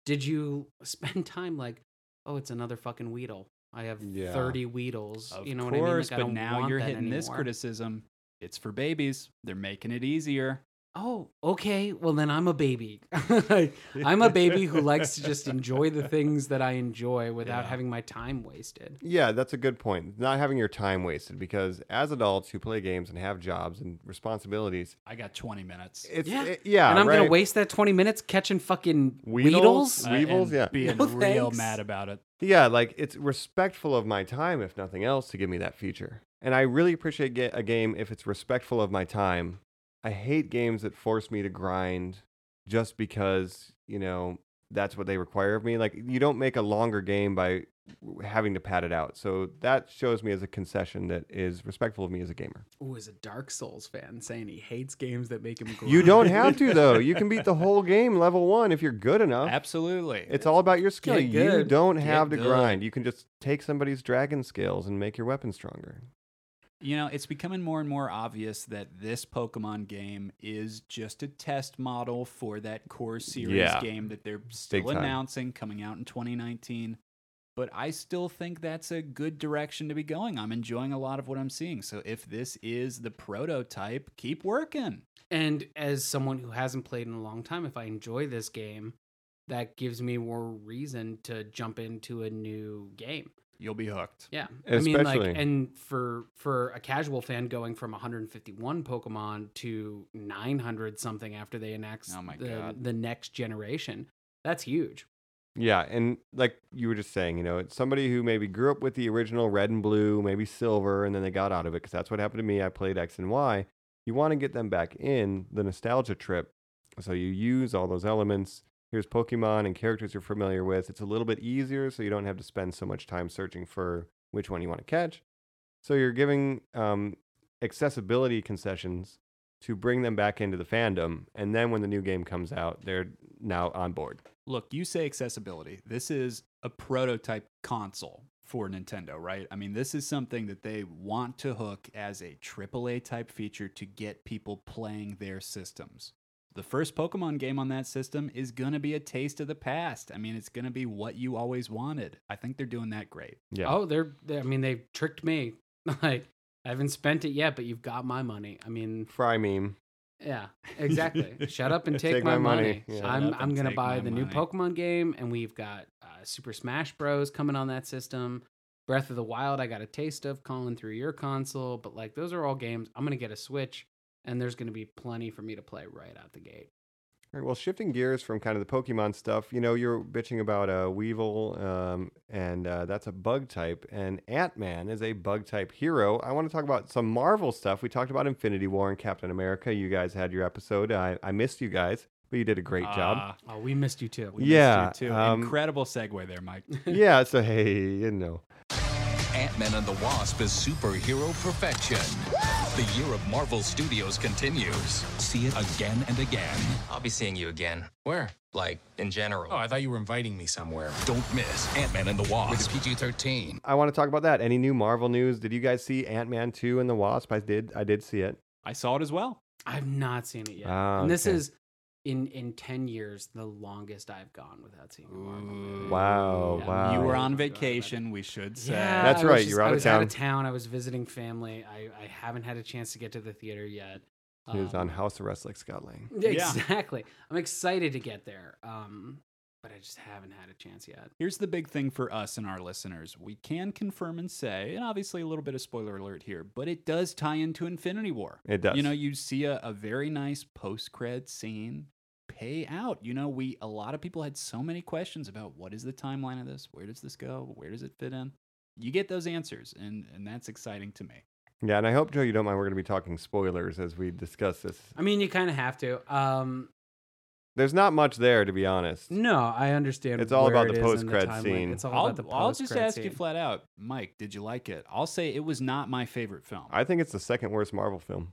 S7: did you (laughs) spend time like, oh, it's another fucking Weedle? I have
S1: Yeah.
S7: 30 Weedles.
S6: Of
S7: you know what I mean?
S6: course,
S7: Like, I
S6: but
S7: don't
S6: now
S7: want
S6: you're
S7: that
S6: hitting this
S7: anymore.
S6: criticism. It's for babies. They're making it easier.
S7: Oh, okay. Well, then I'm a baby. (laughs) Like, I'm a baby who likes
S6: (laughs)
S7: to just enjoy the things that I enjoy without
S6: Yeah.
S7: having my time wasted.
S1: Yeah, that's a good point. Not having your time wasted because as adults who play games and have jobs and responsibilities,
S6: I got 20 minutes.
S1: it's
S7: Yeah.
S1: it- yeah
S7: and I'm gonna
S1: right.
S7: waste that 20 minutes catching fucking
S1: Weedles?
S7: Weedles.
S1: Uh, Weevils,
S6: and
S1: yeah.
S6: Being
S7: (laughs) No,
S6: real
S7: thanks.
S6: mad about it.
S1: Yeah, like it's respectful of my time, if nothing else, to give me that feature. And I really appreciate ga- a game if it's respectful of my time. I hate games that force me to grind just because, you know, that's what they require of me. Like, you don't make a longer game by w- having to pad it out. So that shows me as a concession that is respectful of me as a gamer.
S7: Ooh, is a Dark Souls fan saying he hates games that make him
S1: (laughs)
S7: grind.
S1: You don't have to, though. You can beat the whole game level one if you're good enough.
S6: Absolutely.
S1: It's all about your skill.
S7: Get
S1: You
S7: good.
S1: don't
S7: Get
S1: have to
S7: good.
S1: grind. You can just take somebody's dragon skills and make your weapon stronger.
S6: You know, it's becoming more and more obvious that this Pokemon game is just a test model for that core series
S10: Yeah.
S6: game that they're still
S1: time.
S6: announcing coming out in 2019. But I still think that's a good direction to be going. I'm enjoying a lot of what I'm seeing. So if this is the prototype, keep working.
S7: And as someone who hasn't played in a long time, if I enjoy this game, that gives me more reason to jump into a new game.
S6: You'll be hooked.
S7: Yeah. I mean
S1: Especially-
S7: like and for for a casual fan going from 151 Pokemon to 900 something after they enact
S6: Oh my
S7: the,
S6: God.
S7: the next generation. That's huge.
S1: Yeah, and like you were just saying, you know, it's somebody who maybe grew up with the original red and blue, maybe silver, and then they got out of it because that's what happened to me. I played X and Y. You want to get them back in the nostalgia trip. So you use all those elements. Here's Pokemon and characters you're familiar with. It's a little bit easier, so you don't have to spend so much time searching for which one you want to catch. So you're giving um, accessibility concessions to bring them back into the fandom. And then when the new game comes out, they're now on board.
S6: Look, you say accessibility. This is a prototype console for Nintendo, right? I mean, this is something that they want to hook as a AAA type feature to get people playing their systems. The first Pokemon game on that system is going to be a taste of the past. I mean, it's going to be what you always wanted. I think they're doing that great.
S1: Yeah.
S7: Oh, they're, they I mean they've tricked me. (laughs) like I haven't spent it yet, but you've got my money. I mean,
S1: Fry meme.
S7: Yeah,
S6: (laughs)
S7: exactly. Shut up and take, my, money.
S1: Yeah.
S6: Shut
S7: I'm
S6: up
S7: I'm
S6: and
S7: gonna
S6: take
S7: buy
S6: my
S7: the new
S6: money.
S7: Pokemon game, and we've got uh, Super Smash Bros. coming on that system. Breath of the Wild, I got a taste of calling through your console, but like those are all games I'm gonna get a Switch, and there's gonna be plenty for me to play right out the gate.
S1: All right, well, shifting gears from kind of the Pokemon stuff, you know, you're bitching about a Weevil, um, and uh, that's a bug type, and Ant Man is a bug type hero. I want to talk about some Marvel stuff. We talked about Infinity War and Captain America. You guys had your episode. I, I missed you guys, but you did a great job.
S7: Oh, we missed you too.
S6: missed
S1: yeah.
S6: you too.
S1: um,
S6: Incredible segue there, Mike.
S1: yeah, so hey, you know.
S11: Ant-Man and the Wasp is superhero perfection. The year of Marvel Studios continues. See it again and again.
S5: I'll be seeing you again. Where? Like, in general. Oh, I thought you were inviting me somewhere.
S11: Don't miss Ant-Man and the Wasp.
S5: It's PG-13.
S1: I want to talk about that. Any new Marvel news? Did you guys see Ant Man 2 and the Wasp? I did. I did see it.
S6: I saw it as well.
S7: I've not seen it yet,
S1: Ah,
S7: and this
S1: okay.
S7: is in in ten years the longest I've gone without seeing a Marvel movie.
S1: Wow,
S7: Yeah.
S1: wow.
S6: You were on
S7: Oh, God.
S6: vacation, we should say.
S7: Yeah,
S1: That's
S7: I was
S1: right, you were out
S7: I
S1: of
S7: was
S1: town.
S7: Out of town. I was visiting family. I, I haven't had a chance to get to the theater yet.
S1: He was
S7: Um,
S1: on House Arrest like Scott Lang.
S7: (laughs) yeah,
S6: Yeah.
S7: Exactly. I'm excited to get there, um, but I just haven't had a chance yet.
S6: Here's the big thing for us and our listeners. We can confirm and say, and obviously a little bit of spoiler alert here, but it does tie into Infinity War.
S1: It does.
S6: You know, you see a, a very nice post cred scene pay out. You know, we a lot of people had so many questions about what is the timeline of this? Where does this go? Where does it fit in? You get those answers, and and that's exciting to me.
S1: Yeah, and I hope Joe, you don't mind. We're going to be talking spoilers as we discuss this.
S7: I mean, you kind of have to. Um,
S1: There's not much there, to be honest.
S7: no, I understand.
S1: It's all
S7: where
S1: about
S7: it
S1: the
S7: is in
S1: post-cred
S7: timeline.
S1: scene.
S7: It's all
S6: I'll,
S7: about the
S6: I'll just
S7: post-cred
S6: ask you
S7: scene.
S6: flat out, Mike, did you like it? I'll say it was not my favorite film. I,
S1: I think it's the second worst Marvel film,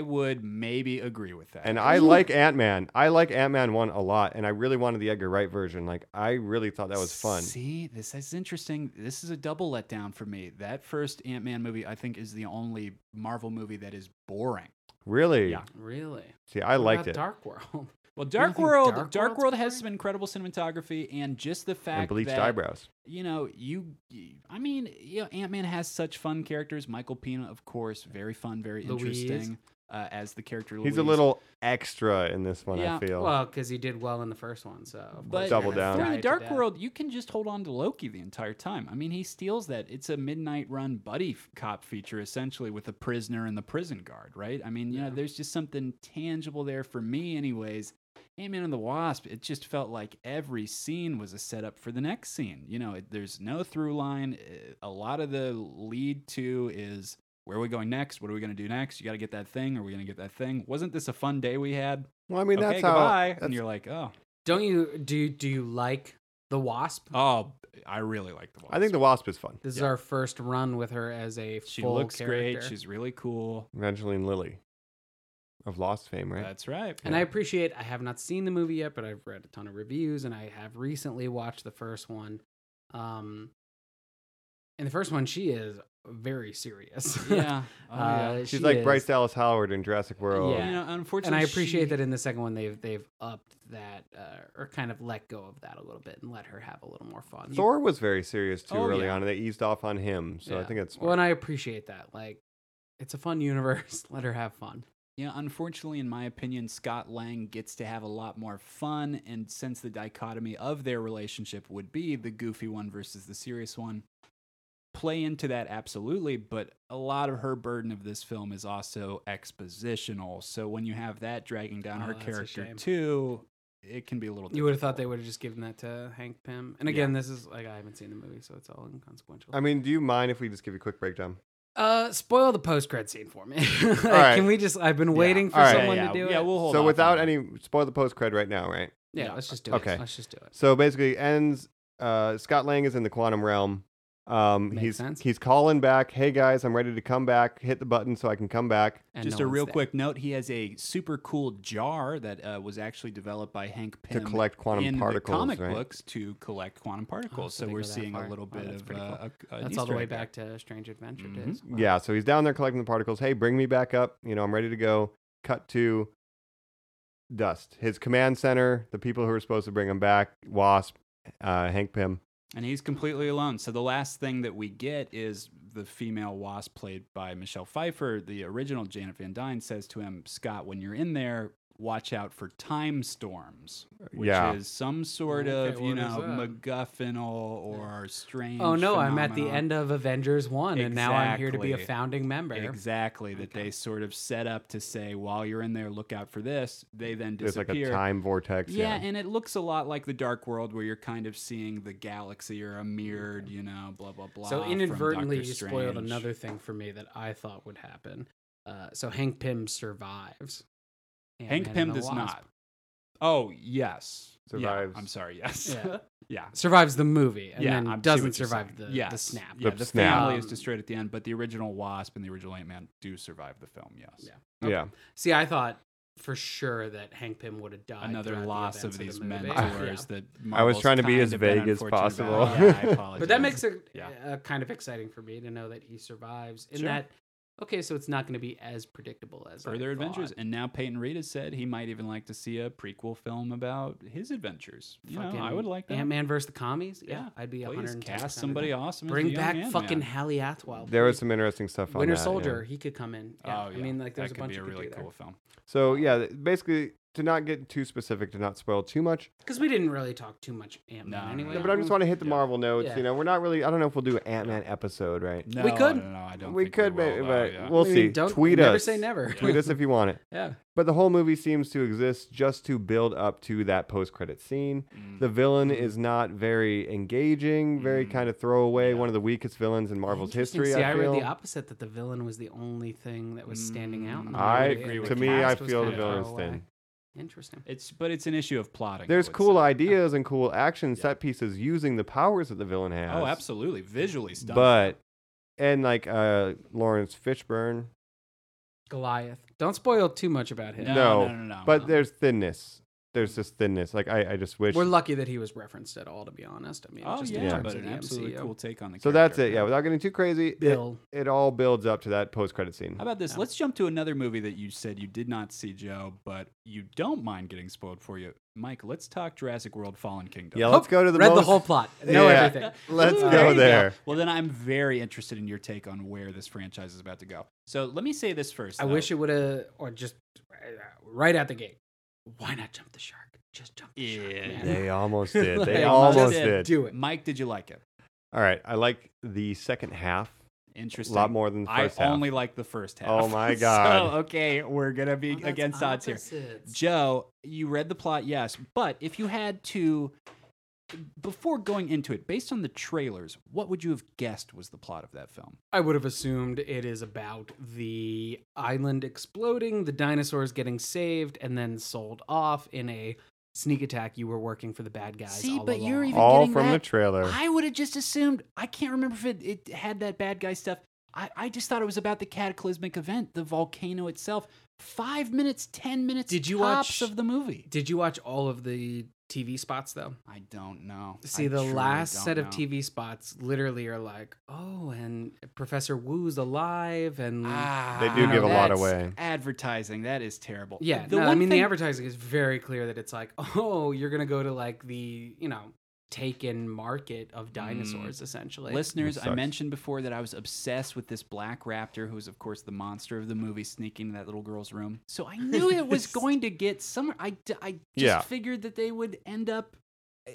S6: would maybe agree with that.
S1: and I like Ant Man. I like Ant Man one a lot, and I really wanted the Edgar Wright version. Like, I really thought that was fun.
S6: See, this is interesting. This is a double letdown for me. That first Ant Man movie, I think, is the only Marvel movie that is boring.
S1: Really?
S6: Yeah.
S7: Really?
S1: See, I
S7: What
S1: liked
S7: about
S1: it.
S7: Dark World.
S6: Well,
S7: You
S6: Dark
S7: think
S6: World, Dark,
S7: Dark World's
S6: World has
S7: boring?
S6: some incredible cinematography, and just the fact
S1: and bleached
S6: that
S1: eyebrows.
S6: you know you, you- I mean, you know, Ant Man has such fun characters. Michael Pena, of course, very fun, very
S7: Louise.
S6: interesting uh, as the character.
S1: He's a
S6: Louise.
S1: little extra in this one.
S6: Yeah,
S1: I feel.
S7: Well, because he did well in the first one, so of
S6: But
S7: course
S1: Double
S7: you're gonna
S1: down.
S6: For
S7: die
S6: the
S7: to
S6: Dark
S7: death.
S6: World, you can just hold on to Loki the entire time. I mean, he steals that. It's a midnight run buddy f- cop feature, essentially, with a prisoner and the prison guard, right? I mean, you know, there's just something tangible there for me, anyways. Ant Man and the Wasp, it just felt like every scene was a setup for the next scene. You know, it, there's no through line. Uh, A lot of the lead to is where are we going next? What are we going to do next? You got to get that thing. Are we going to get that thing? Wasn't this a fun day we had?
S1: Well, I mean,
S6: okay,
S1: that's how.
S6: goodbye.
S1: that's-
S6: and you're like, oh,
S7: Don't you do? Do you like the Wasp?
S6: oh, I really like the Wasp.
S1: I think the Wasp is fun.
S7: This is our first run with her as a
S6: She
S7: full
S6: looks
S7: character.
S6: great. She's really cool.
S1: Evangeline Lilly, of Lost fame, right?
S6: That's right.
S7: and I appreciate I have not seen the movie yet, but I've read a ton of reviews and I have recently watched the first one. Um in the first one, she is very serious. (laughs)
S6: Yeah. Oh,
S7: Uh,
S6: yeah.
S7: she
S1: She's like
S7: is-
S1: Bryce Dallas Howard in Jurassic World.
S7: Yeah.
S6: You know,
S7: and
S6: unfortunately,
S7: I appreciate
S6: she-
S7: that in the second one they've they've upped that uh, or kind of let go of that a little bit and let her have a little more fun.
S1: Thor was very serious too
S7: Oh,
S1: early
S7: yeah.
S1: on, and they eased off on him. So I
S7: Yeah.
S1: think that's
S7: well, and I appreciate that. Like, it's a fun universe. (laughs) let her have fun.
S6: Yeah, unfortunately, in my opinion, Scott Lang gets to have a lot more fun. And since the dichotomy of their relationship would be the goofy one versus the serious one, play into that absolutely. But a lot of her burden of this film is also expositional. So when you have that dragging down
S7: Oh,
S6: her
S7: that's a
S6: character
S7: shame.
S6: too, it can be a little.
S7: You would have
S6: difficult.
S7: thought they would have just given that to Hank Pym. And again, this is like I haven't seen the movie, so it's all inconsequential.
S1: I mean, do you mind if we just give you a quick breakdown?
S7: uh, spoil the post cred scene for me. (laughs) Like,
S1: right.
S7: Can we just? I've been waiting for
S1: All right.
S7: someone
S6: yeah,
S7: to do
S6: yeah,
S7: it.
S6: Yeah, we'll hold.
S1: so
S6: off
S1: without
S6: on that.
S1: any spoil the post cred right now, right?
S7: yeah,
S6: yeah.
S7: let's just do
S1: Okay.
S7: it. Let's just do it.
S1: So basically, ends. Uh, Scott Lang is in the quantum realm. Um,
S7: Makes
S1: he's
S7: sense.
S1: he's calling back. Hey guys, I'm ready to come back. Hit the button so I can come back.
S7: And
S6: Just
S7: no
S6: a
S7: one's
S6: real
S7: there.
S6: quick note: He has a super cool jar that uh, was actually develed by Hank Pym
S1: collect quantum
S6: in
S1: particles,
S6: The comic
S1: right?
S6: books to collect quantum particles.
S7: Oh, so
S6: so
S7: they
S6: we're
S7: go that
S6: seeing
S7: far.
S6: a little
S7: Oh,
S6: bit
S7: that's
S6: of
S7: pretty
S6: uh,
S7: cool.
S6: a, a
S7: That's
S6: an
S7: all the
S6: Easter
S7: way
S6: egg there.
S7: back to Strange Adventure days. Wow.
S1: Mm-hmm. Yeah. So he's down there collecting the particles. Hey, bring me back up. You know, I'm ready to go. Cut to dust. His command center, the people who are supposed to bring him back, Wasp, uh, Hank Pym.
S6: and he's completely alone. So the last thing that we get is the female wasp played by Michelle Pfeiffer, the original Janet Van Dyne, says to him, Scott, when you're in there, watch out for time storms, which
S1: Yeah.
S6: is some sort
S7: Okay,
S6: of you
S7: what is
S6: know
S7: that?
S6: MacGuffinal or strange.
S7: Oh no, I'm at the
S6: phenomenon.
S7: end of Avengers One, and now I'm here to be a
S6: Exactly.
S7: founding member.
S6: Exactly, that they sort of set up to say, while you're in there, look out for this. They then
S1: It's
S6: disappear.
S1: like a time vortex.
S6: yeah, and it looks a lot like the Dark World, where you're kind of seeing the galaxy or a mirrored, you know, blah blah blah.
S7: So
S6: from
S7: inadvertently,
S6: Doctor
S7: you spoiled
S6: Strange.
S7: another thing for me that I thought would happen. Uh, so Hank Pym survives.
S6: Hank
S7: Ant-Man
S6: Pym
S7: and the
S6: does
S7: Wasp.
S6: not. Oh yes, Yeah,
S1: Survives.
S6: I'm sorry. Yes.
S7: Yeah.
S6: (laughs) yeah.
S7: survives the movie and
S6: yeah,
S7: then
S6: I see
S7: doesn't
S6: what you're
S7: survive the,
S6: saying. Yes.
S7: the snap.
S6: Yeah,
S1: The
S6: the,
S1: snap.
S6: family is
S7: Um,
S6: destroyed at the end, but the original Wasp and the original Ant Man do survive the film. Yes.
S7: Yeah.
S1: Yeah.
S7: See, I thought for sure that Hank Pym would have died.
S6: another
S7: throughout the
S6: loss
S7: events
S6: of these
S7: the movie. (laughs)
S6: mentors
S1: (laughs)
S6: that
S1: I was
S6: Marvel's
S1: trying to be
S6: kind
S1: as
S6: of been
S1: vague as
S6: unfortunate
S1: possible.
S6: about. Yeah,
S1: (laughs)
S6: I
S1: But
S6: apologize.
S7: But that makes it
S6: Yeah.
S7: uh, kind of exciting for me to know that he survives. In
S6: Sure.
S7: that, okay, so it's not going to be as predictable as I
S6: further adventures.
S7: thought.
S6: And now Peyton Reed has said he might even like to see a prequel film about his adventures. You know, I would like that.
S7: Ant Man versus the commies. Yeah, I'd be
S6: Please
S7: 110
S6: cast somebody awesome. as the
S7: Bring
S6: young
S7: back
S6: Ant-Man.
S7: fucking Hallie Atwell.
S1: There was
S7: please.
S1: some interesting stuff on
S7: Winter
S1: that, yeah.
S7: Soldier. He could come in. Yeah.
S6: Oh, yeah.
S7: I mean, like there's
S6: that
S7: a bunch
S6: could
S7: of
S6: be a really cool film.
S1: So yeah, th- basically to not get too specific, to not spoil too much.
S7: Because we didn't really talk too much Ant Man
S6: No, no,
S7: anyway.
S6: no,
S1: But I just want to hit the Marvel notes.
S7: Yeah.
S1: You know, we're not really. I don't know if we'll do an Ant Man episode, right?
S6: No,
S7: We could.
S6: I don't know. I don't
S1: we
S6: think
S1: could,
S6: will,
S1: maybe,
S6: though,
S1: but
S6: yeah.
S1: we'll
S7: I mean,
S1: see.
S7: don't-
S1: Tweet
S7: never
S1: us.
S7: say never.
S1: (laughs) Tweet us if you want it.
S7: Yeah.
S1: But the whole movie seems to exist just to build up to that post credit scene. The villain is not very engaging, very kind of throwaway, one of the weakest villains in Marvel's
S7: Interesting.
S1: history.
S7: See,
S1: I,
S7: I,
S1: feel.
S7: read the opposite that the villain was the only thing that was standing out. in the
S1: I
S7: movie,
S1: agree
S7: and
S1: with
S7: the
S1: you. To me,
S7: cast
S1: I
S7: was
S1: feel
S7: kinda
S1: the villain was
S7: throwaway.
S1: thin.
S7: Interesting.
S6: It's but it's an issue of plotting. I
S1: There's
S6: would
S1: cool
S6: say.
S1: ideas and cool action set pieces using the powers that the villain has.
S6: Oh, absolutely. Visually stunning.
S1: But and like uh, Lawrence Fishburne,
S7: Goliath. Don't spoil too much about him.
S6: No,
S1: no,
S6: no, no, no.
S1: But there's thinness. There's just thinness. Like I, I just wish.
S7: We're lucky that he was referenced at all, to be honest. I mean,
S6: oh
S7: just in
S6: yeah,
S7: terms
S6: but
S7: of
S6: an
S7: the
S6: absolutely
S7: MCU.
S6: cool take on the.
S1: so that's it.
S6: character.
S1: Yeah, without getting too crazy, it-
S7: Bill.
S1: It, all builds up to that post-credit scene.
S6: How about this? Let's jump to another movie that you said you did not see, Joe, but you don't mind getting spoiled for you. Mike, let's talk Jurassic World Fallen Kingdom.
S1: yeah, let's go to the
S7: Read the
S1: most-
S7: whole plot.
S1: Yeah,
S6: (laughs)
S7: Know Oh, everything. Uh,
S1: Let's
S6: Ooh,
S1: go
S6: you
S1: there.
S6: Well, then I'm very interested in your take on where this franchise is about to go. So let me say this first.
S7: I
S6: though.
S7: wish it would have, or just uh, right out the gate. Why not jump the shark? Just jump the
S6: Yeah.
S7: shark.
S1: (laughs)
S7: Man. (laughs)
S1: They
S6: (laughs)
S1: almost did. They
S7: They
S1: almost
S7: almost
S1: did.
S7: Do it.
S6: Mike, did you like it?
S1: All right, I like the second half.
S6: Interesting.
S1: Lot more than the first
S6: I
S1: half.
S6: only like the first half.
S1: Oh, my God.
S6: (laughs) so, okay, we're gonna be
S7: Well, Oh, that's
S6: against odds here.
S7: opposites.
S6: Joe, you read the plot, yes, but if you had to, before going into it, based on the trailers, what would you have guessed was the plot of that film?
S7: I would have assumed it is about the island exploding, the dinosaurs getting saved, and then sold off in a sneak attack. You were working for the bad guys. all along.
S6: e-
S1: All from the trailer.
S6: I would have just assumed. I can't remember if it, it had that bad guy stuff. I, I just thought it was about the cataclysmic event, the volcano itself. Five minutes, ten minutes.
S7: Did you
S6: tops
S7: watch-
S6: of the movie?
S7: Did you watch all of the TV spots though?
S6: I don't know.
S7: See,
S6: I
S7: the
S6: truly
S7: last
S6: don't
S7: set of
S6: know.
S7: TV spots literally are like, oh, and Professor Wu's alive, and
S6: Ah,
S1: They do give a lot away.
S6: Advertising that is terrible.
S7: yeah, no, I mean the advertising is very clear that it's like, (laughs) oh, you're gonna go to like the you know taken market
S6: Hmm.
S7: of dinosaurs essentially.
S6: Listeners,
S1: It
S6: I
S1: sucks.
S6: mentioned before that I was obsessed with this black raptor, who is of course the monster of the movie, sneaking into that little girl's room. So I knew it
S7: (laughs)
S6: was going to get somewhere. I, d- I just
S1: Yeah.
S6: figured that they would end up.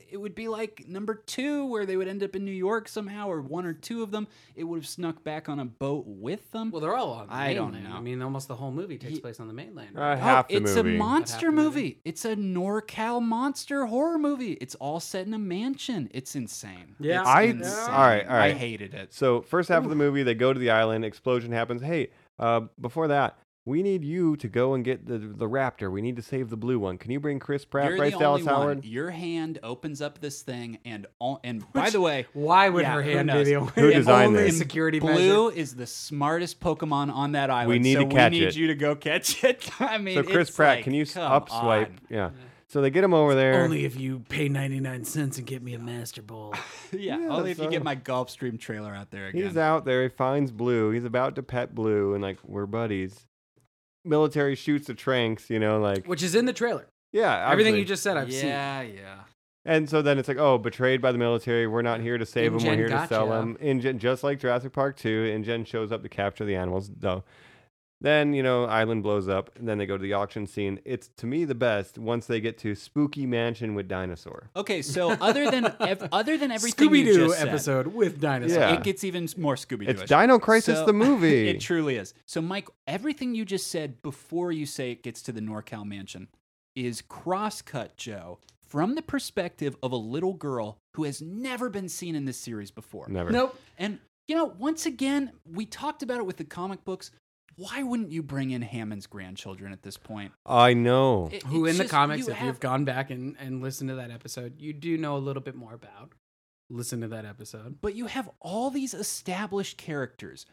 S6: It would be like number two, where they would end up in New York somehow, or one or two of them. It would have snuck back on a boat with them.
S7: well, they're all on. The
S6: I don't
S7: mainland.
S6: know.
S7: I mean, almost the whole movie takes place on the mainland.
S1: Uh,
S7: right?
S6: Oh,
S1: half the
S6: it's
S1: movie.
S6: a monster
S7: Half the
S6: movie.
S7: movie.
S6: It's a NorCal monster horror movie. It's all set in a mansion. It's insane.
S7: Yeah.
S6: It's
S1: I-
S6: insane.
S1: all right, all right.
S6: I hated it.
S1: So first half of the movie, they go to the island. Explosion happens. Hey, uh, before that, we need you to go and get the the raptor. We need to save the blue one. Can you bring Chris Pratt,
S6: You're
S1: Bryce
S6: the
S1: Dallas
S6: only one.
S1: Howard?
S6: Your hand opens up this thing, and all, and by the way,
S7: Why would
S6: yeah,
S7: her
S6: who
S7: hand be
S6: knows?
S7: the only
S1: Who designed
S7: only
S1: this?
S7: security
S6: Blue
S7: measure?
S6: is the smartest Pokemon on that island.
S1: need
S6: so
S1: to catch
S6: we need
S1: it.
S6: you to go catch (laughs) it. I mean,
S1: So Chris
S6: it's
S1: Pratt,
S6: like,
S1: can you s-
S6: come
S1: up swipe?
S6: on. (laughs)
S1: Yeah. So they get him over there.
S7: if you pay ninety nine cents and get me a
S6: (laughs)
S7: master bowl.
S6: Yeah,
S1: Yeah,
S6: only if you
S1: so-
S6: get my Gulf Stream trailer out there again.
S1: He's out there. He finds Blue. He's about to pet Blue, and like we're buddies. Military shoots the tranks. You know, like
S7: Which is in the trailer.
S1: yeah,
S7: Everything
S1: obviously.
S7: you just said, I've seen.
S6: yeah, yeah.
S1: And so then it's like, oh, betrayed by the military. We're not here to save him. We're
S7: InGen
S1: here to
S7: got
S1: sell
S7: ya.
S1: him. InGen, just like Jurassic Park 2, InGen shows up to capture the animals, though. Then, you know, island blows up. And then they go to the auction scene. It's, to me, the best once they get to Spooky Mansion with Dinosaur.
S6: Okay, so other than ev- other than everything
S7: Scooby
S6: you
S7: Doo
S6: just said-
S7: episode with dinosaurs.
S1: Yeah.
S6: it gets even more Scooby Doo.
S1: It's Dino Crisis the movie.
S6: (laughs) it truly is. So, Mike, everything you just said before you say it gets to the NorCal mansion is crosscut, Joe, from the perspective of a little girl who has never been seen in this series before.
S1: Never.
S7: Nope.
S6: And you know, once again, we talked about it with the comic books. Why wouldn't you bring in Hammond's grandchildren at this point?
S1: I know.
S6: It-
S7: Who
S6: it's
S7: in the
S6: just-
S7: comics, if
S6: have-
S7: you've gone back and, and listened to that episode, you do know a little bit more about. Listen to that episode.
S6: But you have all these established characters.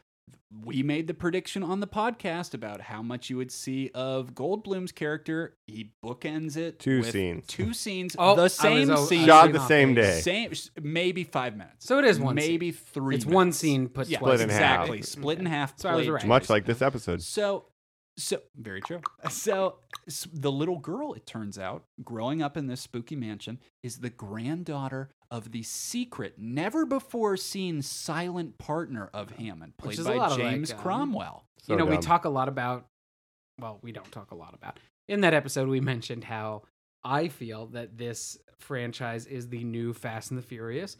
S6: We made the prediction on the podcast about how much you would see of Goldblum's character. He bookends it
S1: Two
S6: with
S1: scenes.
S6: two scenes,
S7: Oh, I
S6: the
S7: was-
S6: same
S7: I was
S6: scene,
S1: Shot
S7: shooting
S1: the
S7: off
S1: same
S7: base.
S1: day.
S6: same maybe five minutes.
S7: So it is one scene.
S6: maybe three.
S7: It's one
S6: minutes.
S7: scene put
S6: yeah,
S7: twice.
S1: Split in half.
S6: exactly. Split in half.
S7: So I was
S6: played
S7: right.
S1: Much
S6: twice.
S1: like this episode.
S6: So, so very true. So, s the little girl, it turns out, growing up in this spooky mansion, is the granddaughter of the secret, never before seen silent partner of Hammond,
S7: Which
S6: played
S7: is a
S6: by
S7: lot of, like,
S6: James
S7: um,
S6: Cromwell.
S1: So
S7: you know,
S1: dumb.
S7: we talk a lot about, well, we don't talk a lot about. In that episode, we mentioned how I feel that this franchise is the new Fast and the Furious,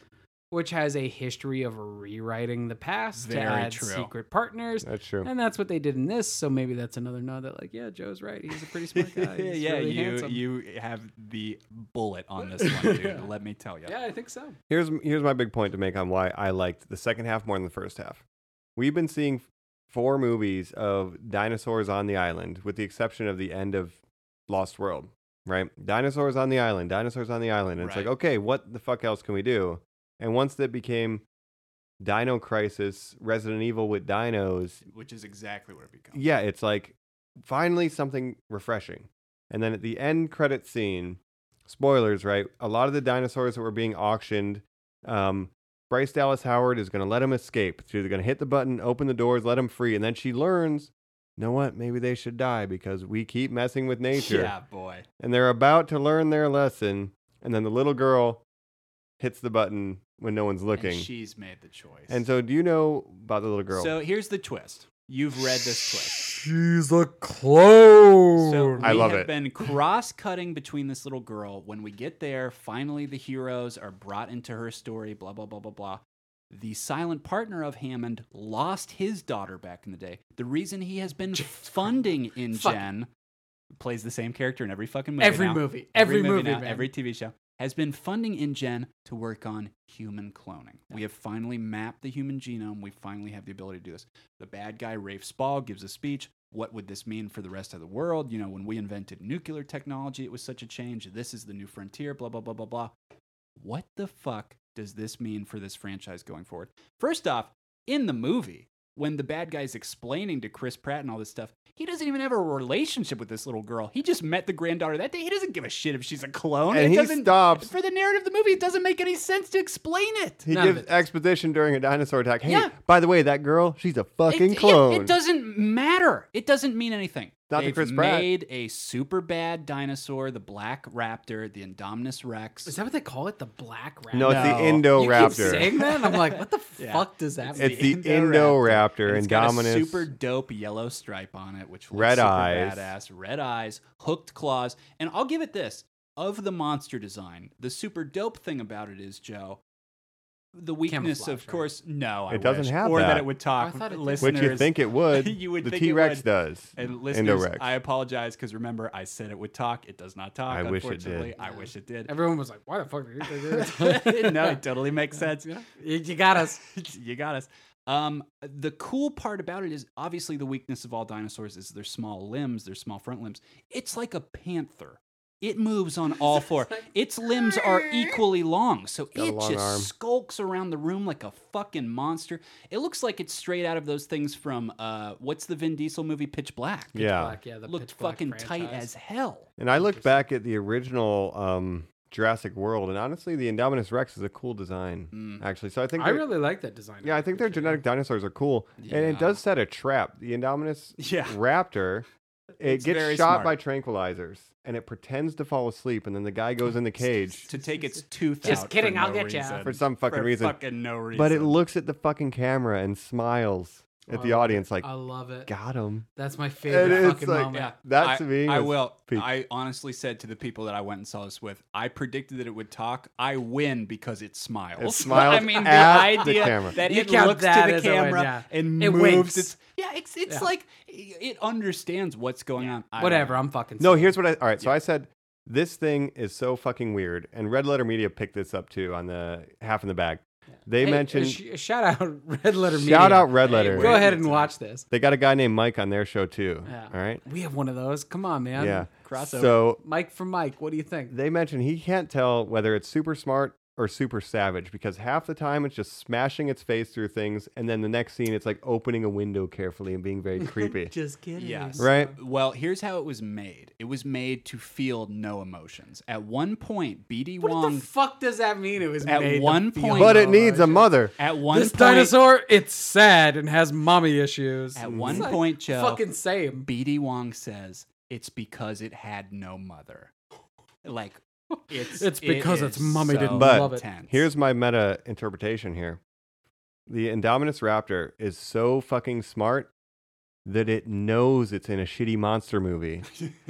S7: which has a history of rewriting the past
S6: Very
S7: to add
S6: true.
S7: secret partners.
S1: That's true.
S7: And that's what they did in this, so maybe that's another nod that, like, yeah, Joe's right. He's a pretty
S6: (laughs)
S7: smart guy. He's really handsome.
S6: you have the bullet on this
S7: (laughs)
S6: one, dude. Let me tell you.
S7: Yeah, I think so.
S1: here's here's my big point to make on why I liked the second half more than the first half. We've been seeing f- four movies of dinosaurs on the island, with the exception of the end of Lost World, right? Dinosaurs on the island, dinosaurs on the island. And It's
S6: Right.
S1: like, okay, what the fuck else can we do? And once that became Dino Crisis, Resident Evil with dinos,
S6: Which is exactly what it becomes.
S1: yeah, it's like finally something refreshing. And then at the end credit scene, spoilers, right? A lot of the dinosaurs that were being auctioned, um, Bryce Dallas Howard is going to let him escape. She's going to hit the button, open the doors, let him free. And then she learns, you know what? Maybe they should die because we keep messing with nature.
S6: Yeah, boy.
S1: And they're about to learn their lesson. And then the little girl hits the button when no one's looking.
S6: And
S1: And,
S6: she's made the choice.
S1: so, do you know about the little girl?
S6: so here's the twist. You've read this twist.
S7: She's a clone.
S6: So
S1: I
S6: we
S1: love
S6: have
S1: it.
S6: been cross cutting between this little girl. When we get there, finally the heroes are brought into her story, blah, blah, blah, blah, blah. The silent partner of Hammond lost his daughter back in the day. The reason he has been funding in
S7: Fuck.
S6: Gen plays the same character in every fucking movie.
S7: Every
S6: now.
S7: movie. Every movie,
S6: now,
S7: man.
S6: every TV show has been funding in Gen to work on human cloning. We have finally mapped the human genome. We finally have the ability to do this. The bad guy, Rafe Spall, gives a speech. What would this mean for the rest of the world? You know, when we invented nuclear technology, it was such a change. This is the new frontier, blah, blah, blah, blah, blah. What the fuck does this mean for this franchise going forward? First off, in the movie, when the bad guy's explaining to Chris Pratt and all this stuff, he doesn't even have a relationship with this little girl. He just met the granddaughter that day. He doesn't give a shit if she's a clone.
S1: And
S6: it
S1: he
S6: doesn't,
S1: stops.
S6: For the narrative of the movie, it doesn't make any sense to explain it.
S1: He
S7: None of
S1: gives
S7: it.
S1: exposition during a dinosaur attack. Hey,
S6: Yeah.
S1: by the way, that girl, she's a fucking
S6: It- yeah,
S1: clone.
S6: it doesn't matter. It doesn't mean anything.
S1: Not to
S6: They've
S1: Chris Pratt.
S6: made a super bad dinosaur, the Black Raptor, the Indominus Rex.
S7: Is that what they call it? The black raptor.
S1: No, it's the
S7: You keep
S1: Indoraptor.
S7: saying that, and I'm like, what the
S6: Yeah.
S7: fuck does that mean?
S1: It's the
S6: (laughs)
S1: Indoraptor,
S6: It's got a
S1: Indominus.
S6: super dope yellow stripe on it, which looks
S1: Red
S6: super
S1: eyes.
S6: badass. Red eyes, hooked claws, and I'll give it this: of the monster design, the super dope thing about it is Joe. The weakness,
S7: Camouflage,
S6: of
S7: right?
S6: course, no, I
S1: It doesn't
S6: wish.
S1: have
S6: or that.
S1: that.
S6: it would talk.
S7: I thought it did.
S6: listeners,
S1: (laughs) Which you think it would.
S6: (laughs) you would
S1: the
S6: think it
S1: T Rex
S6: would.
S1: does.
S6: And listeners,
S1: Indorex.
S6: I apologize because remember, I said it would talk. It does not talk.
S1: I wish it
S6: unfortunately.
S1: did.
S6: I wish it did.
S7: Everyone was like, why the fuck did you do
S1: (laughs)
S6: (laughs)
S7: that?
S6: no, it totally makes sense.
S7: You, (laughs) you got us.
S6: (laughs) you got us. Um, the cool part about it is obviously the weakness of all dinosaurs is their small limbs, their small front limbs. It's like a panther. It moves on all four. Its limbs are equally long, so
S1: a
S6: it
S1: long
S6: just
S1: arm.
S6: skulks around the room like a fucking monster. It looks like it's straight out of those things from uh, what's the Vin Diesel movie Pitch Black?
S1: yeah.
S7: Black, yeah, the
S6: looked
S7: Pitch Black
S6: fucking tight
S7: franchise.
S6: as hell.
S1: And I looked back at the original um, Jurassic World, and honestly, the Indominus Rex is a cool design,
S6: Mm.
S1: actually. So I think
S7: I
S1: they're-
S7: really like that design.
S1: Yeah, I think their genetic dinosaurs are cool, and it does set a trap. The Indominus
S6: (laughs) Yeah.
S1: raptor, it
S6: It's
S1: gets
S6: very
S1: shot
S6: smart.
S1: by tranquilizers, and it pretends to fall asleep, and then the guy goes in the cage.
S6: To take its tooth
S7: Just
S6: out.
S7: kidding,
S6: for
S7: I'll
S6: no
S7: get ya.
S6: reason.
S1: For some fucking reason.
S6: fucking no reason.
S1: But it looks at the fucking camera and smiles
S7: Oh,
S1: at the audience, like
S7: I love it.
S1: "Got him."
S7: That's my
S1: And
S7: favorite
S1: it's
S7: fucking
S1: like-
S7: moment.
S1: Yeah. That to
S6: I,
S1: me
S6: I
S1: was
S6: will.
S1: peak.
S6: I honestly said to the people that I went and saw this with, I predicted that it would talk. I win because it smiles. (laughs)
S1: It smiles
S6: I
S1: at
S6: mean, the
S1: the
S6: idea
S1: camera.
S6: that
S7: You
S6: it
S7: count
S6: looks
S7: that
S6: to the
S7: as a win,
S6: camera
S7: yeah.
S6: and
S7: It
S6: moves.
S7: winks.
S6: It's yeah. It's it's
S7: Yeah.
S6: like it understands what's going on. I don't
S7: Whatever,
S6: know.
S7: I'm fucking.
S1: No,
S7: sold.
S1: here's what I. All right, so I said this thing is so fucking weird, and Red Letter Media picked this up too on the half in the bag. They
S7: Hey, a
S1: mentioned
S7: sh- a shout out (laughs) Red Letter Media.
S1: shout out Red Letter.
S7: Go ahead and watch this.
S1: They got a guy named Mike on their show too.
S7: Yeah.
S1: All right.
S7: We have one of those. Come on, man.
S1: Yeah.
S7: Crossover.
S1: So-
S7: Mike from Mike. What do you think?
S1: they mentioned he can't tell whether it's super smart or super savage because half the time it's just smashing its face through things and then the next scene it's like opening a window carefully and being very
S7: (laughs)
S1: creepy
S7: Just kidding.
S6: Yes.
S1: right
S6: Well, here's how it was made. It was made to feel no emotions. At one point, BD Wong.
S7: What the fuck does that mean? It was
S6: At
S7: made to
S6: one
S7: feel
S6: point-
S1: but it
S7: no
S1: needs a
S7: emotion?
S1: mother
S6: at one
S7: this
S6: point,
S7: dinosaur, it's sad and has mommy issues.
S6: At one
S7: It's like
S6: point, Joe,
S7: Fucking same.
S6: BD Wong says it's because it had no mother. Like it's
S7: It's
S6: it
S7: because its
S6: is
S7: mommy didn't
S1: But
S7: love it.
S6: tense.
S1: here's my meta interpretation here the indominus raptor is so fucking smart that it knows it's in a shitty monster
S6: (laughs)
S1: movie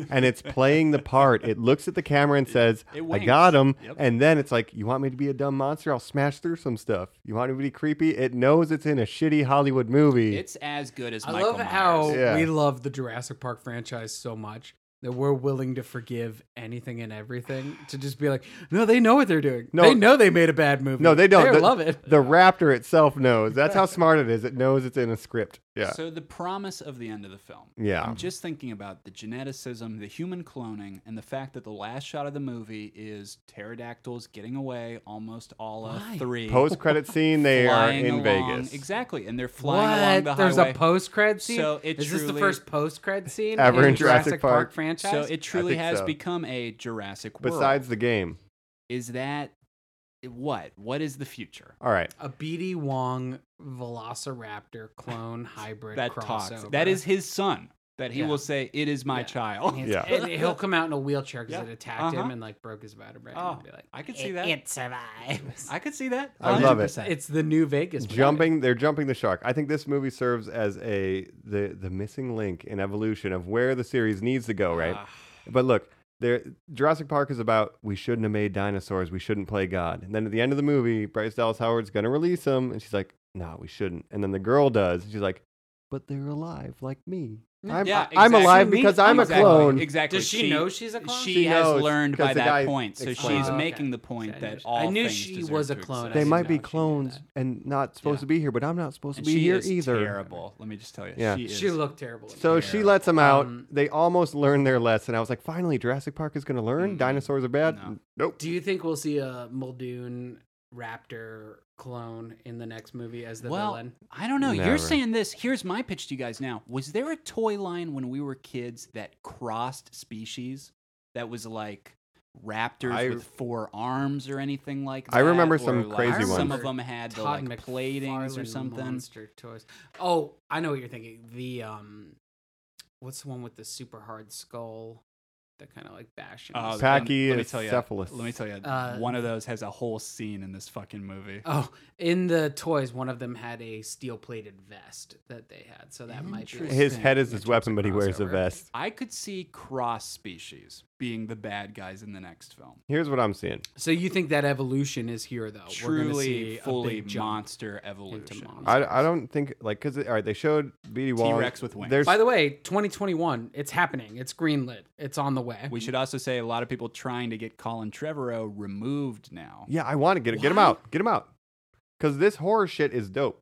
S1: and it's playing the part it looks at the camera and says
S6: it
S1: i
S6: winks.
S1: got him
S6: Yep.
S1: and then it's like you want me to be a dumb monster i'll smash through some stuff you want me to be creepy it knows it's in a shitty hollywood movie
S6: it's as good as
S7: I
S6: Michael
S7: love
S6: Myers.
S7: how
S1: Yeah.
S7: we love the Jurassic Park franchise so much that we're willing to forgive anything and everything to just be like, no, they know what they're doing.
S1: No.
S7: they know they made a bad movie.
S1: no they don't
S7: They
S1: the,
S7: love it.
S1: the raptor itself knows that's how smart it
S6: (laughs)
S1: is it knows it's in a script yeah
S6: So the promise of the end of the film.
S1: Yeah.
S6: I'm just thinking about the geneticism, the human cloning, and the fact that the last shot of the movie is pterodactyls getting away almost all of three.
S1: post-credit scene they are
S6: flying
S1: in
S6: along-
S1: vegas
S6: Exactly. And they're flying along the highway.
S7: There's a post cred scene.
S6: So it
S7: is this the
S6: truly-
S7: first post cred scene
S1: Ever
S7: in
S1: in Jurassic
S7: Park,
S1: Park.
S7: franchise?
S6: so it truly
S1: think
S6: has
S1: so.
S6: become a Jurassic World.
S1: besides the game
S6: is that what? What is the future?
S1: all right
S7: a BD Wong Velociraptor
S6: (laughs)
S7: clone hybrid
S6: That
S7: crossover.
S6: talks. That is his son. That he
S7: Yeah.
S6: will say, "It is my
S7: Yeah.
S6: child."
S7: And,
S1: Yeah.
S7: and
S6: (laughs)
S7: he'll come out in a wheelchair because
S6: Yeah.
S7: it attacked
S6: Uh-huh.
S7: him and like broke his vertebrae.
S6: Oh,
S7: and be like,
S6: I could see that.
S7: It survives.
S6: I could see that.
S1: I love it.
S6: 100%.
S7: It's the new Vegas. movie.
S1: jumping they're jumping the shark i think this movie serves as a the the missing link in evolution of where the series needs to go
S6: Ah.
S1: right but look there jurassic park is about we shouldn't have made dinosaurs we shouldn't play god and then at the end of the movie bryce dallas howard's gonna release them and she's like no we shouldn't and then the girl does and she's like but they're alive like me i'm,
S6: Yeah,
S1: I- I'm
S6: exactly.
S1: alive because i'm
S6: Exactly,
S1: a clone
S6: Exactly.
S7: Does she know she's a clone?
S6: She,
S1: She
S6: has
S1: knows,
S6: learned
S1: 'cause
S6: by
S1: the
S6: that
S1: guy
S6: point, so
S1: explained
S6: she's
S1: it.
S6: making the
S7: I
S6: point
S7: knew
S6: that
S7: she-
S6: all.
S7: I knew
S6: things
S7: she
S6: deserve
S7: was a
S6: to exist.
S7: clone. I
S1: they
S7: didn't
S1: might
S7: know
S1: be
S7: she knew
S1: clones
S7: that.
S1: and not supposed to be here but i'm not supposed
S6: And
S1: to be
S6: she
S1: here
S6: is
S1: either
S6: Terrible. Let me just tell you.
S1: Yeah.
S6: She,
S7: She
S6: is-
S7: looked terrible. in
S1: So
S7: that.
S1: she lets them out.
S7: Um,
S1: they almost learn their lesson. I was like, finally, Jurassic Park is going to learn dinosaurs are bad.
S6: Mm. No.
S1: Nope.
S7: Do you think we'll see a Muldoon raptor clone in the next movie as the
S6: well,
S7: villain.
S6: I don't know. You're
S1: Never.
S6: saying this. Here's my pitch to you guys now. Was there a toy line when we were kids that crossed species? That was like raptors
S1: I-
S6: with four arms or anything like that.
S1: I remember some
S6: or, like,
S1: crazy
S6: Some
S1: ones.
S6: of them had the
S7: Todd
S6: like platings or
S7: McFarlane
S6: something.
S7: Monster toys. Oh, I know what you're thinking. The um, what's the one with the super hard skull? That kind of like bashing.
S6: Oh,
S7: his-
S6: let
S1: Pachycephalus.
S6: me- let me tell you- Let me tell you,
S7: Uh,
S6: one of those has a whole scene in this fucking movie.
S7: oh, in the toys, one of them had a steel plated vest that they had, so that might be
S1: His head is
S7: in
S1: his
S7: terms
S1: weapon,
S7: of
S1: but he wears a
S7: crossover.
S1: vest.
S6: I could see cross species being the bad guys in the next film.
S1: Here's what I'm seeing.
S7: So you think that evolution is here though? We're gonna see
S6: Truly,
S7: a
S6: fully
S7: big jump.
S6: monster evolution.
S7: monster.
S1: I, I don't think like because all right they showed BD Wong
S6: T-Rex with wings.
S1: There's
S7: By the way, 2021, it's happening. It's greenlit. It's on the way.
S6: We should also say a lot of people trying to get Colin Trevorrow removed now.
S1: (laughs) yeah I want to get it. Get him out. Get him out. Because this horror shit is dope.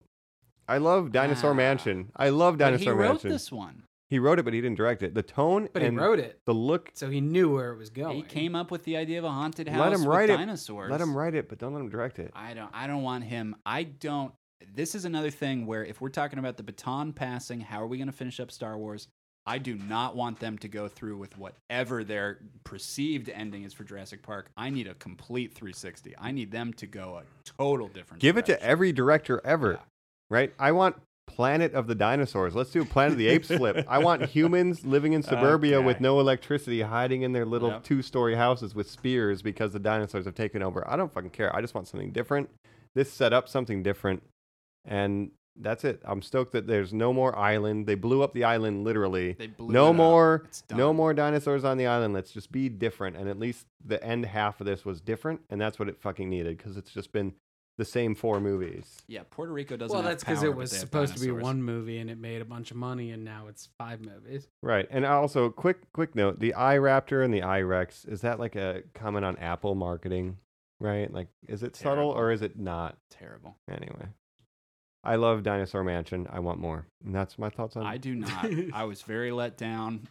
S1: I love Dinosaur
S6: Ah.
S1: Mansion. I love
S6: But he
S1: Dinosaur
S6: wrote
S1: Mansion.
S6: this one.
S1: He wrote it, but he didn't direct it. The tone
S7: but he
S1: and
S7: wrote it,
S1: the look.
S7: so he knew where it was going.
S6: He came up with the idea of a haunted house
S1: Let him write
S6: with
S1: it.
S6: dinosaurs.
S1: Let him write it, but don't let him direct it.
S6: I don't. I don't want him. I don't. This is another thing where if we're talking about the baton passing, how are we going to finish up Star Wars? I do not want them to go through with whatever their perceived ending is for Jurassic Park. I need a complete 360. I need them to go a total different.
S1: Give it to
S6: direction.
S1: every director ever, right? I want Planet of the Dinosaurs. Let's do a Planet of the Apes flip. I
S6: (laughs)
S1: want humans living in suburbia with
S6: Okay.
S1: no electricity, hiding in their little
S6: Yep.
S1: two story houses with spears because the dinosaurs have taken over. I don't fucking care. I just want something different. This set up something different. And that's it. I'm stoked that there's no more island. They blew up the island literally.
S6: They blew it
S1: no
S6: up.
S1: more
S6: It's
S1: no
S6: done.
S1: more dinosaurs on the island. Let's just be different. And at least the end half of this was different, and that's what it fucking needed because it's just been the same four movies.
S6: Yeah, Puerto Rico doesn't.
S7: Well,
S6: have
S7: that's because
S6: power,
S7: it
S6: but
S7: was
S6: they have
S7: supposed to be
S6: dinosaurs.
S7: one movie and it made a bunch of money, and now it's five movies.
S1: Right. And also, quick quick note: the iRaptor and the iRex is that like a comment on Apple marketing, right? Like, is it subtle or is it not?
S6: Terrible.
S1: Anyway, I love Dinosaur Mansion. I want more, and that's my thoughts on.
S6: I do not.
S1: (laughs)
S6: I was very let down.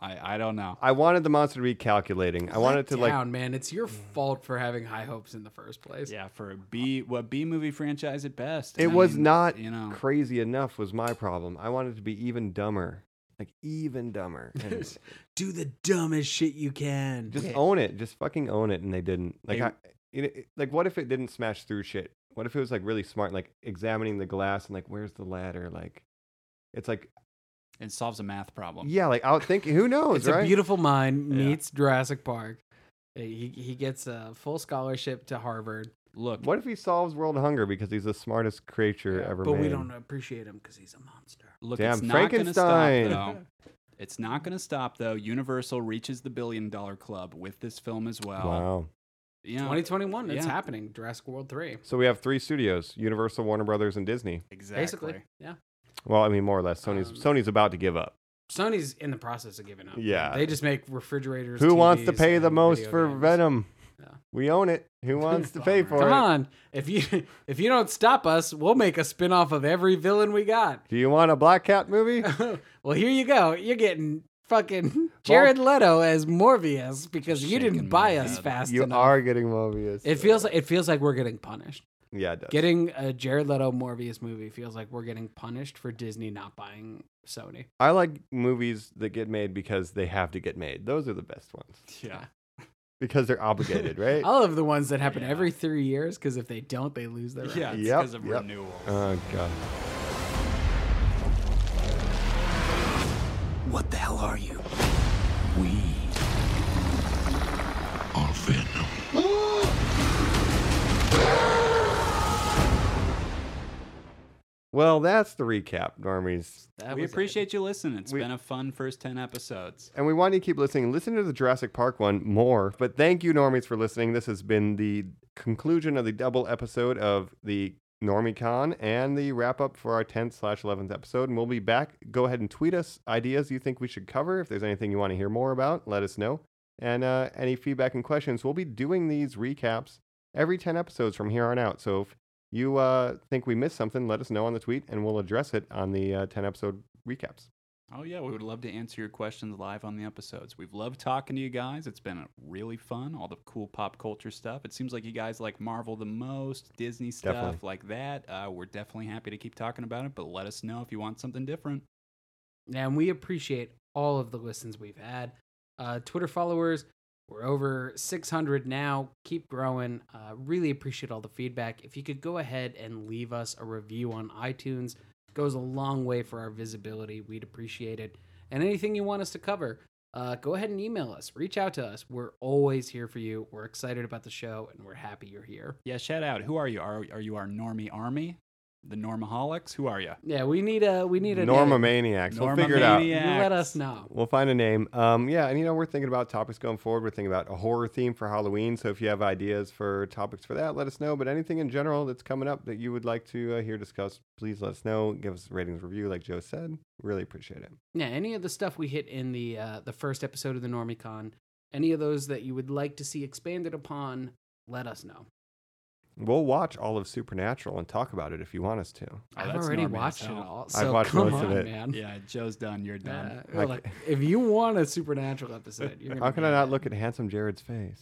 S6: I I don't know.
S1: I wanted the monster to be calculating. I wanted to
S7: down,
S1: like. Mm.
S7: man. It's your fault for having high hopes in the first place.
S6: Yeah, for a B, what B movie franchise at best?
S1: It
S6: I
S1: was
S6: mean,
S1: not
S6: You know,
S1: crazy enough. Was my problem. I wanted to be even dumber, like even
S7: (laughs)
S1: dumber. And
S7: Do the dumbest shit you can.
S1: just own it. Just fucking own it. And they didn't. Like,
S6: They-
S1: I, it, it- like what if it didn't smash through shit? What if it was like really smart, like examining the glass and like, where's the ladder? Like, it's like,
S6: it solves a math problem.
S1: yeah, like out thinking. Who knows,
S7: it's
S1: right?
S7: a beautiful mind
S6: Yeah.
S7: meets Jurassic Park. He, he gets a full scholarship to Harvard,
S6: Look,
S1: what if he solves world hunger because he's the smartest creature ever
S7: but
S1: made?
S7: we don't appreciate him because he's a monster.
S6: Look,
S1: Damn,
S6: it's not going to stop
S1: Frankenstein.
S6: though. It's not going to stop though. Universal reaches the billion dollar club with this film as well.
S1: Wow.
S6: You know,
S7: 2021, it's
S6: yeah.
S7: happening. Jurassic World Three,
S1: So we have three studios: Universal, Warner Brothers, and Disney.
S6: Exactly.
S7: basically. Yeah,
S1: Well, I mean, more or less. Sony's
S7: Um,
S1: Sony's about to give up.
S7: Sony's in the process of giving up.
S1: Yeah.
S7: they just make refrigerators.
S1: Who wants to
S7: TVs,
S1: pay the
S7: and
S1: most
S7: video
S1: for
S7: games.
S1: Venom?
S7: Yeah.
S1: We own it.
S7: (laughs)
S1: Who wants to pay for
S7: Come
S1: it?
S7: on, if you (laughs) if you don't stop us, we'll make a spin off of every villain we got. (laughs)
S1: Do you want a Black Cat movie?
S7: well, here you go. You're getting fucking (laughs) Jared Leto as Morbius because you didn't
S6: Shaking
S7: buy
S6: my
S7: us
S6: head.
S7: fast
S1: you
S7: enough.
S1: are getting Mobius.
S7: It feels like it feels like we're getting punished.
S1: yeah, it does.
S7: Getting a Jared Leto Morbius movie feels like we're getting punished for Disney not buying Sony.
S1: I like movies that get made because they have to get made. Those are the best ones
S6: Yeah.
S1: because they're
S7: (laughs)
S1: obligated, right?
S7: I love the ones that happen every three years because if they don't, they lose their.
S6: Yeah.
S7: rights.
S6: It's
S1: Yep,
S6: because of
S1: yep.
S6: renewal.
S1: oh god.
S8: What the hell are you?
S11: We are Venom.
S1: Well, that's the recap, normies.
S7: That
S6: we
S7: was it.
S6: appreciate you listening. It's
S1: We-
S6: been a fun first ten episodes.
S1: And we want you to keep listening. Listen to the Jurassic Park one more. But thank you, normies, for listening. This has been the conclusion of the double episode of the NormieCon and the wrap up for our 10th slash 11th episode. And we'll be back. Go ahead and tweet us ideas you think we should cover. If there's anything you want to hear more about, let us know. And uh, any feedback and questions. We'll be doing these recaps every 10 episodes from here on out. So if you uh, think we missed something, let us know on the tweet and we'll address it on the uh, 10 episode recaps.
S6: Oh, yeah. We would love to answer your questions live on the episodes. We've loved talking to you guys. It's been really fun, all the cool pop culture stuff. It seems like you guys like Marvel the most, Disney stuff
S1: Definitely.
S6: like that. Uh, we're definitely happy to keep talking about it, but let us know if you want something different.
S7: Yeah, and we appreciate all of the listens we've had. Uh, Twitter followers, we're over 600 now. Keep growing. Uh, really appreciate all the feedback. If you could go ahead and leave us a review on iTunes, goes a long way for our visibility. We'd appreciate it. And anything you want us to cover, uh, go ahead and email us. Reach out to us. We're always here for you. We're excited about the show, and we're happy you're here.
S6: Yeah, shout out. Who are you? Are, are you our normie army? The Normaholics?
S1: (laughs)
S6: Who are you?
S7: Yeah, we need a we need a
S1: Norma Maniacs. We'll figure it out.
S7: You let us know.
S1: We'll find a name. Um, yeah, and you know, we're thinking about topics going forward. We're thinking about a horror theme for Halloween. So if you have ideas for topics for that, let us know. But anything in general that's coming up that you would like to uh, hear discussed, please let us know. Give us a ratings review, like Joe said. Really appreciate it.
S7: Yeah, any of the stuff we hit in the uh, the first episode of the Normicon, any of those that you would like to see expanded upon, let us
S6: Oh,
S7: know.
S1: We'll watch all of Supernatural and talk about it if you want us to.
S6: Oh,
S7: I've
S6: that's
S7: already
S6: normie as
S7: watched it
S6: hell.
S7: all.
S1: I've
S7: So
S1: watched
S7: come
S1: most
S7: on,
S1: of it.
S7: man.
S6: Yeah, Joe's done. You're done.
S7: Uh, we're like, if you want a supernatural
S1: (laughs)
S7: episode, you're
S1: How
S7: gonna
S1: can I
S7: get
S1: not
S7: it. (laughs)
S1: look at handsome Jared's face?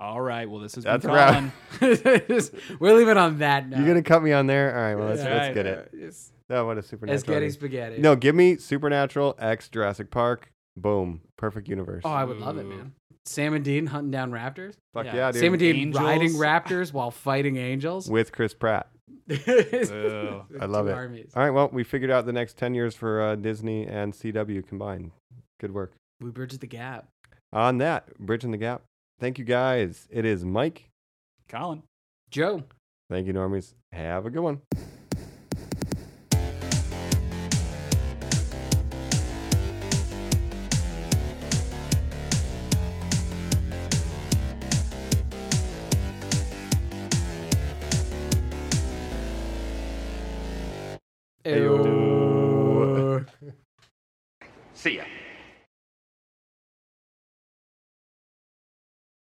S6: All right. Well, this has
S1: Uh, That's
S6: been
S1: a wrap.
S6: Colin.
S7: We're leaving on that now.
S1: You're gonna cut me on there. All right. Well, let's,
S6: Yeah.
S1: let's
S6: Right.
S1: get it.
S7: It's,
S1: No, what a supernatural.
S7: it's getting
S1: idea.
S7: spaghetti.
S1: No, give me Supernatural X Jurassic Park. Boom. Perfect universe.
S7: Oh, I would love it,
S6: Ooh.
S7: man. Sam and Dean hunting down raptors.
S1: Fuck yeah, dude.
S7: Sam and
S6: (laughs)
S7: Dean riding
S6: Angels.
S7: raptors while fighting angels. (laughs)
S1: With Chris Pratt.
S6: Boo.
S1: I love
S7: Two
S1: it.
S7: Armies.
S1: All right. Well, we figured out the next 10 years for uh, Disney and CW combined. Good work.
S7: We bridged the gap.
S1: On that, bridging the gap. Thank you guys. It is Mike.
S6: Colin.
S7: Joe.
S1: Thank you, Normies. Have a good one.